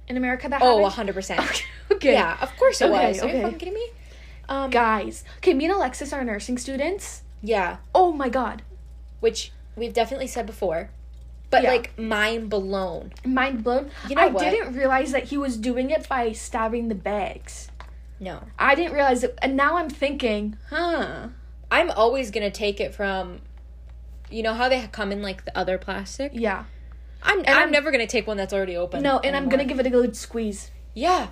Speaker 3: In America that
Speaker 4: Oh,
Speaker 3: happened?
Speaker 4: 100%.
Speaker 3: okay.
Speaker 4: Yeah, of course it
Speaker 3: Okay,
Speaker 4: was. Are
Speaker 3: okay.
Speaker 4: you fucking kidding me? Um,
Speaker 3: Guys. Okay, me and Alexis are nursing students.
Speaker 4: yeah,
Speaker 3: Oh my god.
Speaker 4: which we've definitely said before, but
Speaker 3: Yeah.
Speaker 4: like mind blown.
Speaker 3: Mind blown.
Speaker 4: You know
Speaker 3: I
Speaker 4: what?
Speaker 3: didn't realize that he was doing it by stabbing the bags.
Speaker 4: No,
Speaker 3: I didn't realize it and now I'm thinking, huh.
Speaker 4: I'm always gonna take it from. You know how they come in like the other plastic.
Speaker 3: Yeah.
Speaker 4: I'm I'm,
Speaker 3: I'm-
Speaker 4: never gonna take one that's already open.
Speaker 3: No, and I'm
Speaker 4: anymore.
Speaker 3: gonna give it a good squeeze.
Speaker 4: Yeah,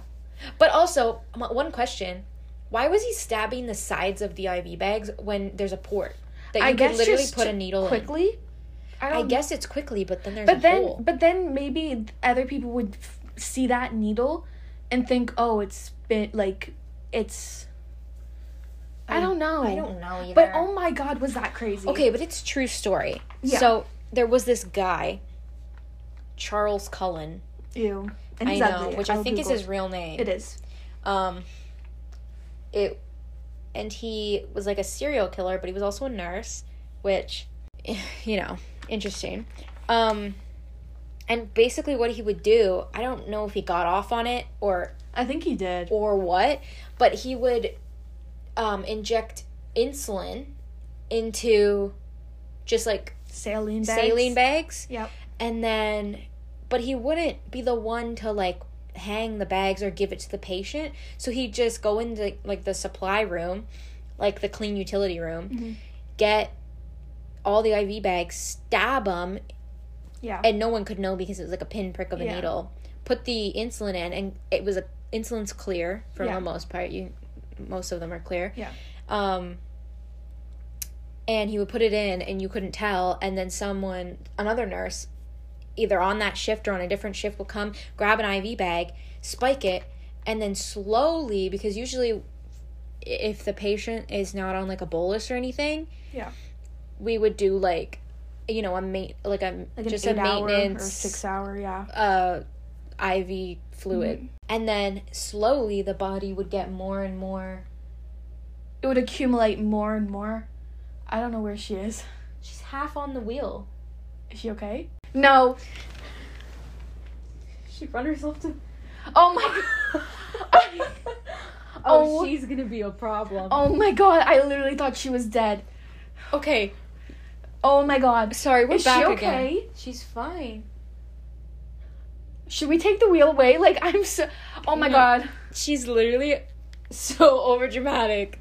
Speaker 4: but also m- one question: Why was he stabbing the sides of the IV bags when there's a port that you
Speaker 3: I
Speaker 4: could
Speaker 3: guess
Speaker 4: literally
Speaker 3: just
Speaker 4: put a needle in?
Speaker 3: quickly. I
Speaker 4: I
Speaker 3: don't
Speaker 4: guess it's quickly, but then there's a
Speaker 3: but then
Speaker 4: hole.
Speaker 3: but then maybe other people would f- see that needle and think, "Oh, it's been like it's I don't know.
Speaker 4: I don't know either.
Speaker 3: But oh my god, was that crazy?
Speaker 4: Okay, but it's true story.
Speaker 3: Yeah.
Speaker 4: So there was this guy, Charles Cullen.
Speaker 3: Ew. And
Speaker 4: I know, which i think is his real name.
Speaker 3: It is.
Speaker 4: Um, it, and he was like a serial killer, but he was also a nurse, which, you know, interesting. Um, and basically what he would do, I don't know if he got off on it or
Speaker 3: I think he did.
Speaker 4: or what, but he would um, inject insulin into just like
Speaker 3: Saline bags.
Speaker 4: saline bags
Speaker 3: Yep.
Speaker 4: and then but he wouldn't be the one to like hang the bags or give it to the patient so he'd just go into like the supply room like the clean utility room get all the iv bags stab them
Speaker 3: Yeah.
Speaker 4: and no one could know because it was like a pinprick of a
Speaker 3: Yeah.
Speaker 4: needle put the insulin in and it was a insulin's clear for
Speaker 3: Yeah.
Speaker 4: the most part you most of them are clear
Speaker 3: Yeah.
Speaker 4: um and he would put it in and you couldn't tell and then someone another nurse either on that shift or on a different shift will come grab an iv bag spike it and then slowly because usually if the patient is not on like a bolus or anything
Speaker 3: Yeah.
Speaker 4: we would do like you know a ma- like a
Speaker 3: like
Speaker 4: just a
Speaker 3: an eight
Speaker 4: maintenance
Speaker 3: hour or six hour, yeah.
Speaker 4: uh IV fluid. And then slowly the body would get more and more
Speaker 3: It would accumulate more and more. I don't know where she is.
Speaker 4: she's half on the wheel.
Speaker 3: Is she okay? No.
Speaker 4: She run herself to
Speaker 3: Oh my god. Oh,
Speaker 4: she's gonna be a problem.
Speaker 3: oh my god, I literally thought she was dead.
Speaker 4: Okay,
Speaker 3: Oh my god.
Speaker 4: sorry, we're
Speaker 3: Is
Speaker 4: back
Speaker 3: she okay?
Speaker 4: again. She's fine.
Speaker 3: Should we take the wheel away? Like I'm so Oh my
Speaker 4: No.
Speaker 3: god.
Speaker 4: She's literally so overdramatic.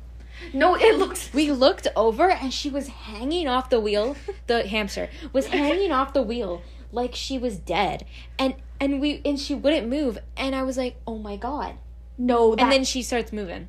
Speaker 3: No, it looks
Speaker 4: We looked over and she was hanging off the wheel. The hamster was hanging off the wheel like she was dead, and and we and she wouldn't move. And I was like, oh my god.
Speaker 3: No, that
Speaker 4: And then she starts moving,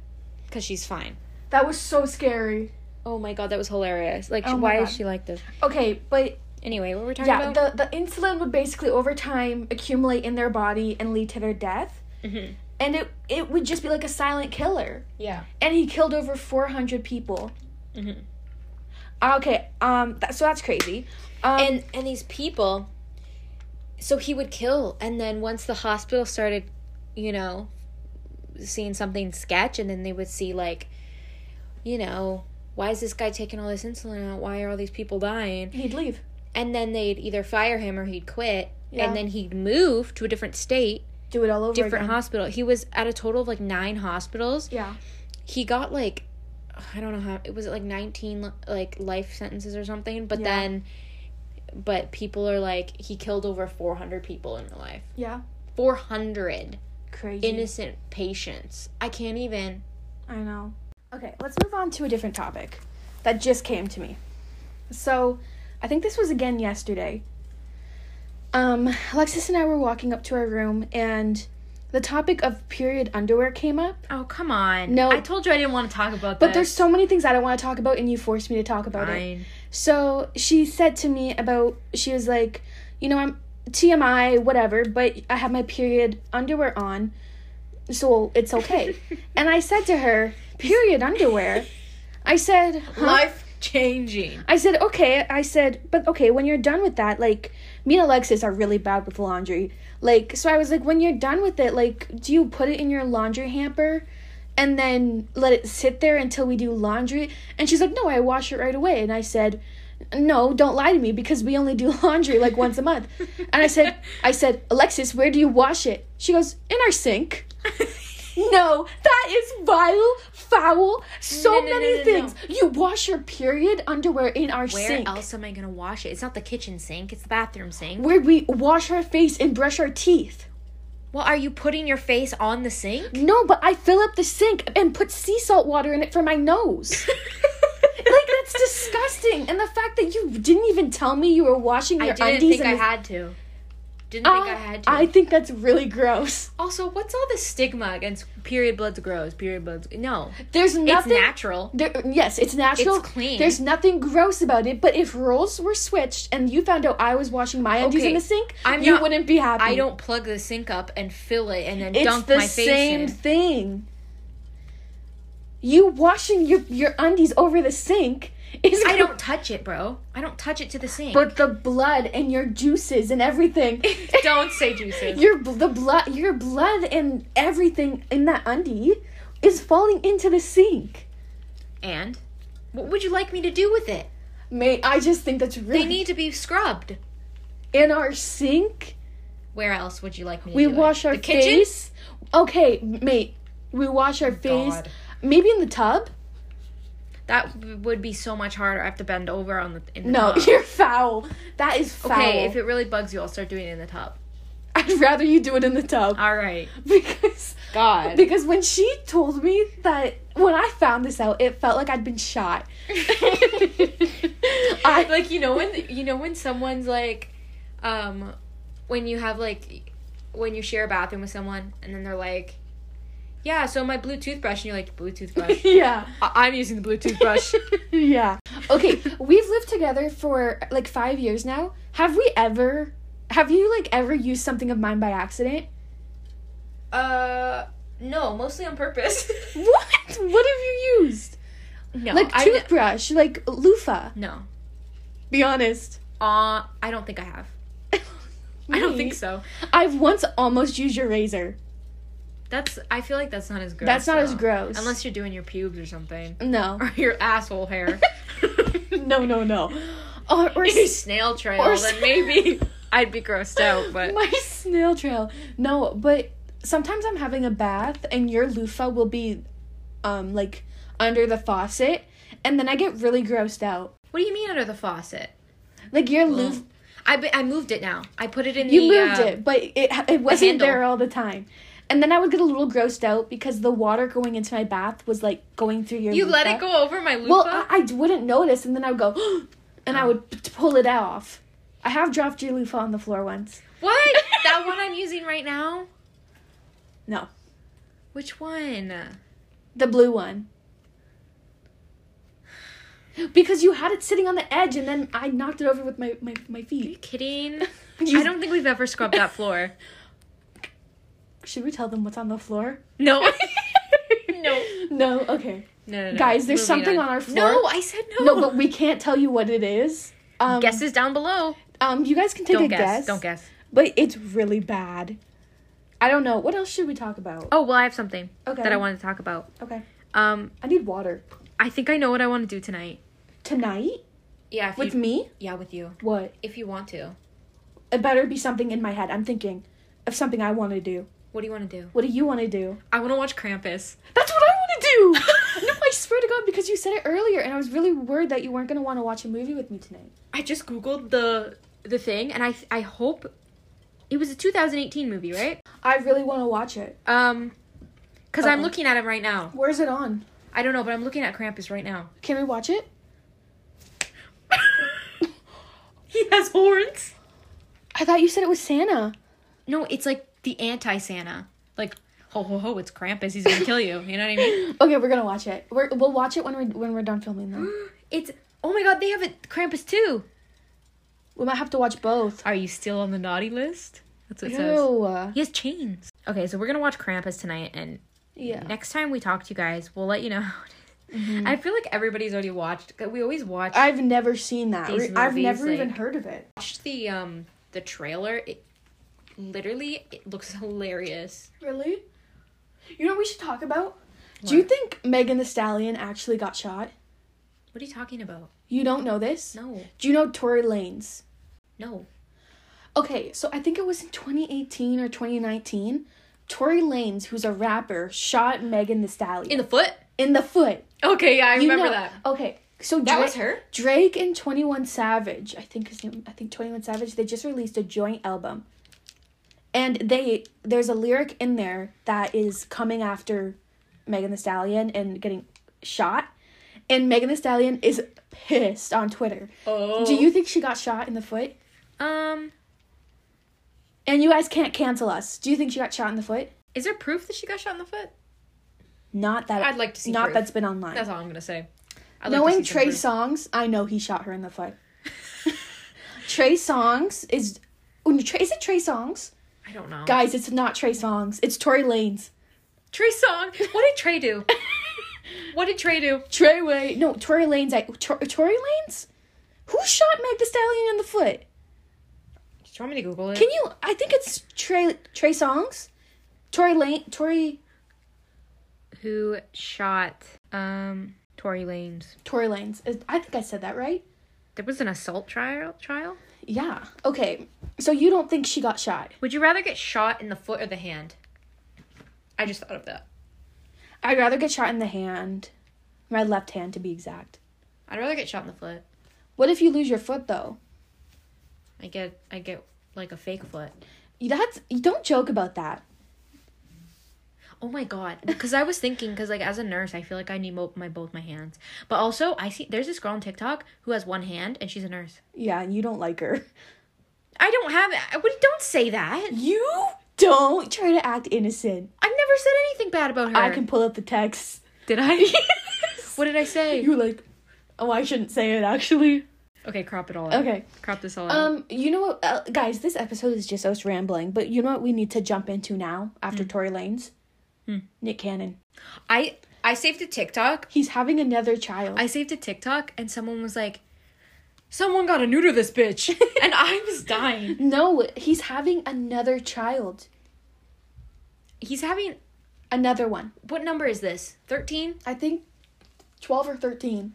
Speaker 4: cause she's fine.
Speaker 3: that was so scary.
Speaker 4: Oh my god, that was hilarious. Like,
Speaker 3: Oh my
Speaker 4: why is
Speaker 3: God.
Speaker 4: she like this?
Speaker 3: Okay, but
Speaker 4: Anyway, what were we talking
Speaker 3: yeah,
Speaker 4: about?
Speaker 3: the the insulin would basically over time accumulate in their body and lead to their death.
Speaker 4: Mhm.
Speaker 3: And it it would just be like a silent killer.
Speaker 4: Yeah.
Speaker 3: And he killed over 400 people.
Speaker 4: Mhm.
Speaker 3: Okay, um that, so that's crazy. Um
Speaker 4: and and these people so he would kill and then once the hospital started you know seeing something sketch and then they would see like you know why is this guy taking all this insulin out why are all these people dying
Speaker 3: he'd leave.
Speaker 4: and then they'd either fire him or he'd quit
Speaker 3: Yeah.
Speaker 4: and then he'd move to a different state
Speaker 3: Do it all over
Speaker 4: different
Speaker 3: again.
Speaker 4: hospital he was at a total of like nine hospitals
Speaker 3: Yeah.
Speaker 4: he got like I don't know how it was like 19 like life sentences or something but
Speaker 3: Yeah.
Speaker 4: then but people are like he killed over 400 people in real life
Speaker 3: Yeah.
Speaker 4: 400
Speaker 3: Crazy.
Speaker 4: innocent patients I can't even
Speaker 3: I know. Okay, let's move on to a different topic that just came to me. So, I think this was again yesterday. Um, Alexis and I were walking up to our room and the topic of period underwear came up.
Speaker 4: oh come on
Speaker 3: No.
Speaker 4: I told you I didn't want to talk about
Speaker 3: But there's so many things I don't want to talk about and you forced me to talk about it. So, she said to me about she was like, "You know, I'm TMI whatever, but I have my period underwear on." So it's okay. and I said to her, period underwear? I said, huh?
Speaker 4: life changing
Speaker 3: I said, okay. I said, but okay, when you're done with that, like, me and Alexis are really bad with laundry. Like, so I was like, when you're done with it, like, do you put it in your laundry hamper and then let it sit there until we do laundry? And she's like, no, I wash it right away. And I said, no, don't lie to me because we only do laundry like once a month. And I said, I said, Alexis, where do you wash it? She goes, in our sink. No, that is vile, foul, so
Speaker 4: No, no, no,
Speaker 3: many
Speaker 4: no,
Speaker 3: things. You wash your period underwear in our
Speaker 4: where
Speaker 3: sink.
Speaker 4: else am I gonna wash it it's not the kitchen sink it's the bathroom sink
Speaker 3: Where we wash our face and brush our teeth.
Speaker 4: well are you putting your face on the sink
Speaker 3: No, but I fill up the sink and put sea salt water in it for my nose. like that's disgusting. And the fact that you didn't even tell me you were washing your
Speaker 4: I didn't
Speaker 3: undies
Speaker 4: think I
Speaker 3: and
Speaker 4: had to didn't
Speaker 3: I,
Speaker 4: think Ah, I had to
Speaker 3: I think that's really gross.
Speaker 4: Also, what's all this stigma against period bloods gross? Period bloods. No,
Speaker 3: There's nothing
Speaker 4: it's natural.
Speaker 3: There, yes, it's natural.
Speaker 4: It's clean.
Speaker 3: There's nothing gross about it. But if roles were switched and you found out I was washing my undies
Speaker 4: Okay,
Speaker 3: in the sink,
Speaker 4: I'm
Speaker 3: you
Speaker 4: not-
Speaker 3: wouldn't be happy.
Speaker 4: I don't plug the sink up and fill it and then
Speaker 3: It's
Speaker 4: dunk
Speaker 3: the
Speaker 4: my face
Speaker 3: same
Speaker 4: in.
Speaker 3: thing. You washing your your undies over the sink is.
Speaker 4: I
Speaker 3: gonna-
Speaker 4: don't touch it, bro. I don't touch it to the sink.
Speaker 3: But the blood and your juices and everything.
Speaker 4: Don't say juices.
Speaker 3: Your bl- the blood, your blood and everything in that undie is falling into the sink.
Speaker 4: and what would you like me to do with it?
Speaker 3: May I just think that's
Speaker 4: They
Speaker 3: really
Speaker 4: need to be scrubbed.
Speaker 3: in our sink.
Speaker 4: Where else would you like me to
Speaker 3: We
Speaker 4: do it?
Speaker 3: wash our
Speaker 4: The kitchen? Oh
Speaker 3: face. Okay, mate. We wash our face.
Speaker 4: God.
Speaker 3: Maybe in the tub.
Speaker 4: That w- would be so much harder. I have to bend over on the in the
Speaker 3: No,
Speaker 4: tub.
Speaker 3: you're foul. That is foul.
Speaker 4: Okay, if it really bugs you, I'll start doing it in the tub.
Speaker 3: I'd rather you do it in the tub
Speaker 4: All right.
Speaker 3: because
Speaker 4: God.
Speaker 3: because when she told me that when I found this out, it felt like I'd been shot.
Speaker 4: I like you know when you know when someone's like, um, when you have like, when you share a bathroom with someone and then they're like, yeah, so my Bluetooth brush and you're like Bluetooth brush.
Speaker 3: yeah.
Speaker 4: I- I'm using the Bluetooth brush.
Speaker 3: yeah. Okay, we've lived together for like 5 years now. Have we ever have you like ever used something of mine by accident?
Speaker 4: uh, no, mostly on purpose.
Speaker 3: What? What have you used?
Speaker 4: no,
Speaker 3: like
Speaker 4: I
Speaker 3: toothbrush, like loofah.
Speaker 4: no.
Speaker 3: Be honest.
Speaker 4: Uh, I don't think I have. I don't think so.
Speaker 3: I've once almost used your razor.
Speaker 4: That's. I feel like that's not as gross.
Speaker 3: That's not as
Speaker 4: though.
Speaker 3: gross.
Speaker 4: Unless you're doing your pubes or something,
Speaker 3: No.
Speaker 4: or your asshole hair,
Speaker 3: no, no, no. Or, or
Speaker 4: your snail trail.
Speaker 3: Or
Speaker 4: then maybe I'd be grossed out. But
Speaker 3: my snail trail. No, but sometimes I'm having a bath and your loofah will be um like under the faucet and then I get really grossed out.
Speaker 4: What do you mean under the faucet?
Speaker 3: Like your loofah
Speaker 4: I, be- I moved it now. I put it in
Speaker 3: you
Speaker 4: the
Speaker 3: moved
Speaker 4: uh,
Speaker 3: it, but it it wasn't
Speaker 4: handle.
Speaker 3: there all the time. And then I would get a little grossed out because the water going into my bath was like going through your
Speaker 4: You let it
Speaker 3: loofah.
Speaker 4: go over my loofah? Oh.
Speaker 3: Well, I, I wouldn't notice and then I would go and I would p- pull it off. I have dropped your loofah on the floor once.
Speaker 4: what? that one I'm using right now?
Speaker 3: No.
Speaker 4: Which one?
Speaker 3: The blue one. Because you had it sitting on the edge and then I knocked it over with my, my, my
Speaker 4: Are you
Speaker 3: feet.
Speaker 4: kidding?
Speaker 3: You-
Speaker 4: I don't think we've ever scrubbed that floor.
Speaker 3: Should we tell them what's on the floor?
Speaker 4: No. no.
Speaker 3: No, okay.
Speaker 4: No, no, no.
Speaker 3: Guys, there's something on our floor.
Speaker 4: No, I said no.
Speaker 3: No, but we can't tell you what it is. Um,
Speaker 4: Guesses down below.
Speaker 3: Um, you guys can take
Speaker 4: Don't
Speaker 3: a
Speaker 4: guess.
Speaker 3: guess.
Speaker 4: Don't guess.
Speaker 3: But it's really bad. I don't know. What else should we talk about?
Speaker 4: Oh well, I have something
Speaker 3: Okay.
Speaker 4: that I wanted to talk about.
Speaker 3: Okay.
Speaker 4: Um,
Speaker 3: I need water
Speaker 4: I think I know what I want to do tonight.
Speaker 3: tonight
Speaker 4: Yeah, if
Speaker 3: with me.
Speaker 4: yeah, with you,
Speaker 3: What?
Speaker 4: if you want to.
Speaker 3: It better be something in my head. I'm thinking of something I want to do.
Speaker 4: What do you want to do?
Speaker 3: What do you want to do?
Speaker 4: I want to watch Krampus.
Speaker 3: That's what I want to do. no, I swear to God, because you said it earlier, and I was really worried that you weren't gonna want to watch a movie with me tonight.
Speaker 4: I just googled the the thing, and I I hope it was a 2018 movie, right?
Speaker 3: I really want to watch it.
Speaker 4: Um, because I'm
Speaker 3: Uh-oh.
Speaker 4: looking at him right now.
Speaker 3: Where's it on?
Speaker 4: I don't know, but I'm looking at Krampus right now.
Speaker 3: Can we watch it?
Speaker 4: He has horns.
Speaker 3: I thought you said it was Santa.
Speaker 4: No, it's like the anti Santa. Like ho ho ho, it's Krampus. He's gonna kill you. You know what I mean?
Speaker 3: Okay, we're gonna watch it. We're, we'll watch it when we're when we're done filming. Then
Speaker 4: It's oh my god, they have a Krampus too.
Speaker 3: we might have to watch both.
Speaker 4: Are you still on the naughty list? That's what it says.
Speaker 3: Ew.
Speaker 4: He has chains. Okay, so we're gonna watch Krampus tonight, and
Speaker 3: Yeah. Mm-hmm.
Speaker 4: next time we talk to you guys, we'll let you know. I feel like everybody's already watched. 'cause We always watch
Speaker 3: I've never seen that.
Speaker 4: These
Speaker 3: Re- I've
Speaker 4: movies,
Speaker 3: never even
Speaker 4: like-
Speaker 3: heard of it.
Speaker 4: watched the um the trailer. It literally it looks hilarious.
Speaker 3: Really? You know what we should talk about? Do you think Megan the Stallion actually got shot?
Speaker 4: What are you talking about?
Speaker 3: You don't know this?
Speaker 4: No,
Speaker 3: Do you know Tory Lanez?
Speaker 4: no.
Speaker 3: Okay, so I think it was in 2018 or 2019. Tory Lanez, who's a rapper, shot Megan the Stallion
Speaker 4: In the foot.
Speaker 3: in the foot.
Speaker 4: Okay, yeah, I
Speaker 3: You
Speaker 4: remember
Speaker 3: know-
Speaker 4: that.
Speaker 3: Okay, so
Speaker 4: That
Speaker 3: Dra-
Speaker 4: was her?
Speaker 3: Drake and Twenty One Savage, I think his name, I think Twenty One Savage, they just released a joint album, and they there's a lyric in there that is coming after Megan The Stallion and getting shot, and Megan The Stallion is pissed on Twitter.
Speaker 4: Oh.
Speaker 3: Do you think she got shot in the foot?
Speaker 4: Um,
Speaker 3: And you guys can't cancel us. Do you think she got shot in the foot?
Speaker 4: is there proof that she got shot in the foot?
Speaker 3: Not that
Speaker 4: I'd like to see
Speaker 3: Not
Speaker 4: proof.
Speaker 3: that's been online.
Speaker 4: That's all I'm gonna say. I'd like to
Speaker 3: Knowing
Speaker 4: see some
Speaker 3: Trey
Speaker 4: proof.
Speaker 3: Songs, I know he shot her in the foot. Trey Songs is. oh, no, Trey- Is it Trey Songs?
Speaker 4: I don't know.
Speaker 3: Guys, it's not Trey Songs. It's Tory Lanez.
Speaker 4: Trey song. What did Trey do? what did Trey do?
Speaker 3: Trey Way. No, Tory Lanez. I, Tor- Tory Lanez? Who shot Meg Thee Stallion in the foot?
Speaker 4: Do you want me to Google it?
Speaker 3: Can you. I think it's Trey Trey Songs? Tory Lane. Tory.
Speaker 4: Who shot um Tory Lanes?
Speaker 3: Tory Lanez. Is- I think I said that right.
Speaker 4: There was an assault trial trial?
Speaker 3: Yeah. Okay. So you don't think she got shot?
Speaker 4: Would you rather get shot in the foot or the hand? I just thought of that.
Speaker 3: I'd rather get shot in the hand. My left hand, to be exact.
Speaker 4: I'd rather get shot in the foot.
Speaker 3: What if you lose your foot, though?
Speaker 4: I get I get like a fake foot.
Speaker 3: That's you don't joke about that.
Speaker 4: Oh my god! Because I was thinking, because like as a nurse, I feel like I need mo- my both my hands. But also, I see there's this girl on TikTok who has one hand and she's a nurse.
Speaker 3: Yeah, you don't like her.
Speaker 4: I don't have. I, what- don't say that.
Speaker 3: You don't try to act innocent.
Speaker 4: I've never said anything bad about her.
Speaker 3: I can pull up the text.
Speaker 4: Did I? Er. What did I say?
Speaker 3: You were like, oh, I shouldn't say it actually.
Speaker 4: Okay, crop it all. out.
Speaker 3: Okay.
Speaker 4: crop this all. out.
Speaker 3: Um, you know what, uh, guys? This episode is just us rambling, but you know what we need to jump into now
Speaker 4: Hmm.
Speaker 3: after Tory Lanes, Nick Cannon.
Speaker 4: I I saved a TikTok
Speaker 3: He's having another child.
Speaker 4: I saved a TikTok and someone was like, "Someone got to neuter this bitch," and I was dying.
Speaker 3: no, he's having another child.
Speaker 4: He's having
Speaker 3: Another one.
Speaker 4: what number is this? Thirteen.
Speaker 3: I think 12 or 13.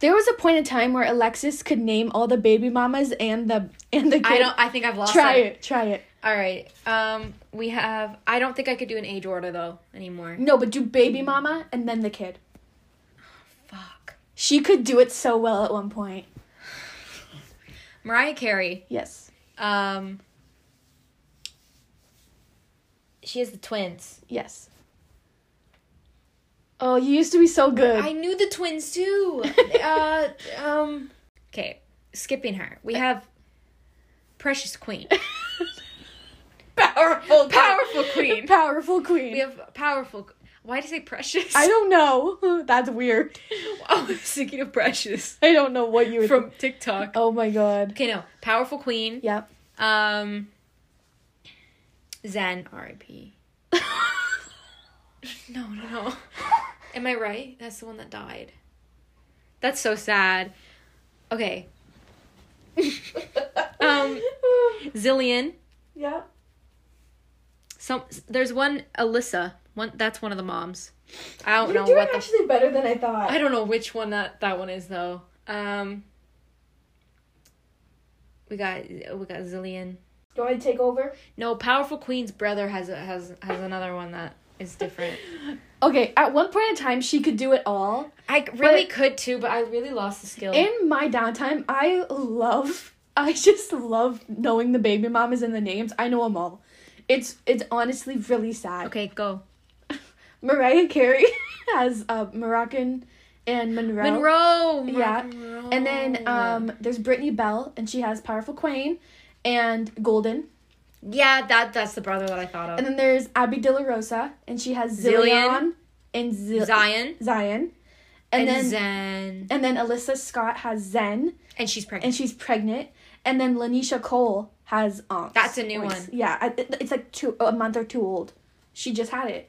Speaker 3: There was a point in time where Alexis could name all the baby mamas and the and the kid.
Speaker 4: I don't. I think I've lost.
Speaker 3: try
Speaker 4: it.
Speaker 3: it. Try it.
Speaker 4: All right. Um, we have. I don't think I could do an age order though anymore.
Speaker 3: No, but do baby mama and then the kid.
Speaker 4: Fuck.
Speaker 3: She could do it so well at one point.
Speaker 4: Mariah Carey.
Speaker 3: Yes.
Speaker 4: Um. She has the twins.
Speaker 3: Yes. Oh, you used to be so good.
Speaker 4: I knew the twins too. uh, um. Okay, skipping her. We have Precious Queen.
Speaker 3: powerful,
Speaker 4: Powerful queen.
Speaker 3: powerful queen.
Speaker 4: We have powerful. Why did I say precious?
Speaker 3: I don't know. That's weird.
Speaker 4: I was thinking of precious
Speaker 3: I don't know what you would
Speaker 4: from TikTok.
Speaker 3: Oh my god.
Speaker 4: Okay, no, powerful queen.
Speaker 3: Yep.
Speaker 4: Um, Zen, R.I.P. No, no, no. Am I right? That's the one that died. That's so sad. Okay, um, Zillion.
Speaker 3: Yep.
Speaker 4: Some there's one Alyssa. One that's one of the moms. I don't know
Speaker 3: You're doing
Speaker 4: what the
Speaker 3: actually better than I thought.
Speaker 4: I don't know which one that that one is though. Um, we got we got Zillion.
Speaker 3: Do you want me to take over?
Speaker 4: No, Powerful Queen's brother has a, has has another one that is different.
Speaker 3: Okay, at one point in time, she could do it all.
Speaker 4: I really could too, but I really lost the skill.
Speaker 3: In my downtime, I love, I just love knowing the baby mamas and the names. I know them all. It's it's honestly really sad.
Speaker 4: okay, go
Speaker 3: Mariah Carey has uh, Moroccan and Monroe.
Speaker 4: Monroe. Mar-
Speaker 3: Yeah.
Speaker 4: Monroe.
Speaker 3: And then um, there's Brittany Bell, and she has Powerful Queen and Golden.
Speaker 4: yeah, that that's the brother that I thought of.
Speaker 3: And then there's Abby De La Rosa, and she has
Speaker 4: Zillion.
Speaker 3: Zillion and Zil-
Speaker 4: Zion
Speaker 3: Zion. And,
Speaker 4: and,
Speaker 3: then
Speaker 4: Zen,
Speaker 3: and then Alyssa Scott has Zen,
Speaker 4: and she's pregnant.
Speaker 3: and she's pregnant. And then Lanisha Cole has Onks.
Speaker 4: That's a new one.
Speaker 3: Yeah, I- it- it's like two a month or two old. She just had it.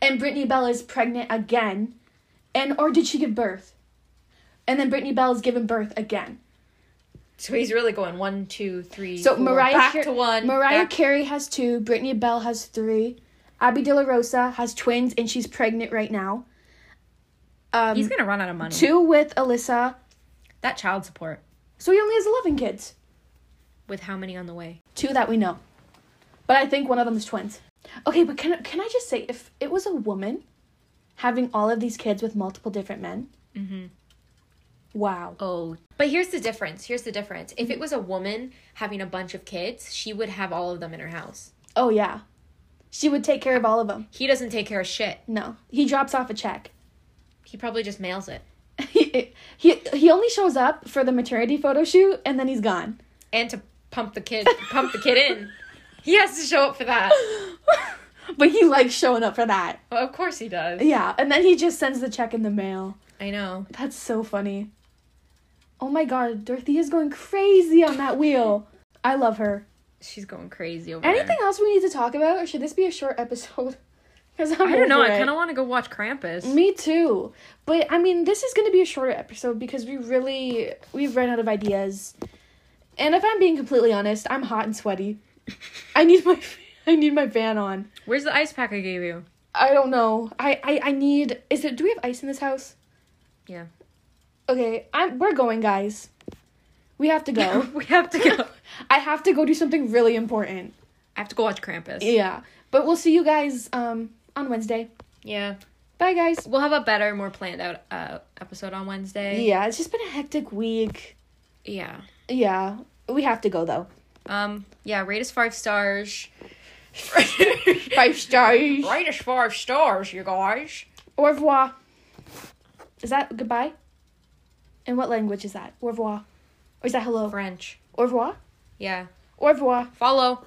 Speaker 3: And Brittany Bell is pregnant again, and or did she give birth? And then Brittany Bell is giving birth again.
Speaker 4: so he's really going one, two, three.
Speaker 3: So
Speaker 4: four.
Speaker 3: Mariah
Speaker 4: back
Speaker 3: Car-
Speaker 4: to one.
Speaker 3: Mariah
Speaker 4: back-
Speaker 3: Carey has two. Brittany Bell has three. Abby De La Rosa has twins, and she's pregnant right now. Um,
Speaker 4: he's gonna run out of money.
Speaker 3: two with Alyssa.
Speaker 4: That child support
Speaker 3: So he only has eleven kids.
Speaker 4: with how many on the way?
Speaker 3: Two that we know, but I think one of them is twins. Okay, but can can I just say if it was a woman having all of these kids with multiple different men? Mm-hmm. Wow.
Speaker 4: Oh, but here's the difference. Here's the difference. If it was a woman having a bunch of kids, she would have all of them in her house.
Speaker 3: Oh yeah, she would take care of all of them.
Speaker 4: He doesn't take care of shit.
Speaker 3: No, he drops off a check.
Speaker 4: He probably just mails it
Speaker 3: he he he only shows up for the maternity photo shoot and then he's gone.
Speaker 4: and to pump the kid, pump the kid in. He has to show up for that.
Speaker 3: but he likes showing up for that.
Speaker 4: Well, of course he does.
Speaker 3: Yeah, and then he just sends the check in the mail.
Speaker 4: I know.
Speaker 3: That's so funny. Oh my god, Dorothy is going crazy on that wheel. I love her.
Speaker 4: She's going crazy over
Speaker 3: Anything
Speaker 4: there.
Speaker 3: else we need to talk about, or should this be a short episode? Because
Speaker 4: I don't know. I kind of want to go watch Krampus.
Speaker 3: Me too. But I mean, this is going to be a shorter episode because we really we've run out of ideas. And if I'm being completely honest, I'm hot and sweaty. I need my I need my fan on.
Speaker 4: Where's the ice pack I gave you?
Speaker 3: I don't know. I I, I need is it do we have ice in this house?
Speaker 4: Yeah.
Speaker 3: Okay, I'm we're going, guys. We have to go.
Speaker 4: we have to go.
Speaker 3: I have to go do something really important.
Speaker 4: I have to go watch Krampus.
Speaker 3: Yeah. But we'll see you guys um on Wednesday.
Speaker 4: Yeah.
Speaker 3: Bye guys.
Speaker 4: We'll have a better, more planned out uh, episode on Wednesday.
Speaker 3: Yeah, it's just been a hectic week.
Speaker 4: Yeah.
Speaker 3: Yeah. We have to go though.
Speaker 4: Um, yeah, rate us five stars.
Speaker 3: Five stars.
Speaker 4: Rate us five stars, you guys.
Speaker 3: Au revoir. Is that goodbye? In what language is that? Au revoir. Or is that hello?
Speaker 4: French.
Speaker 3: Au revoir?
Speaker 4: Yeah.
Speaker 3: Au revoir.
Speaker 4: Follow.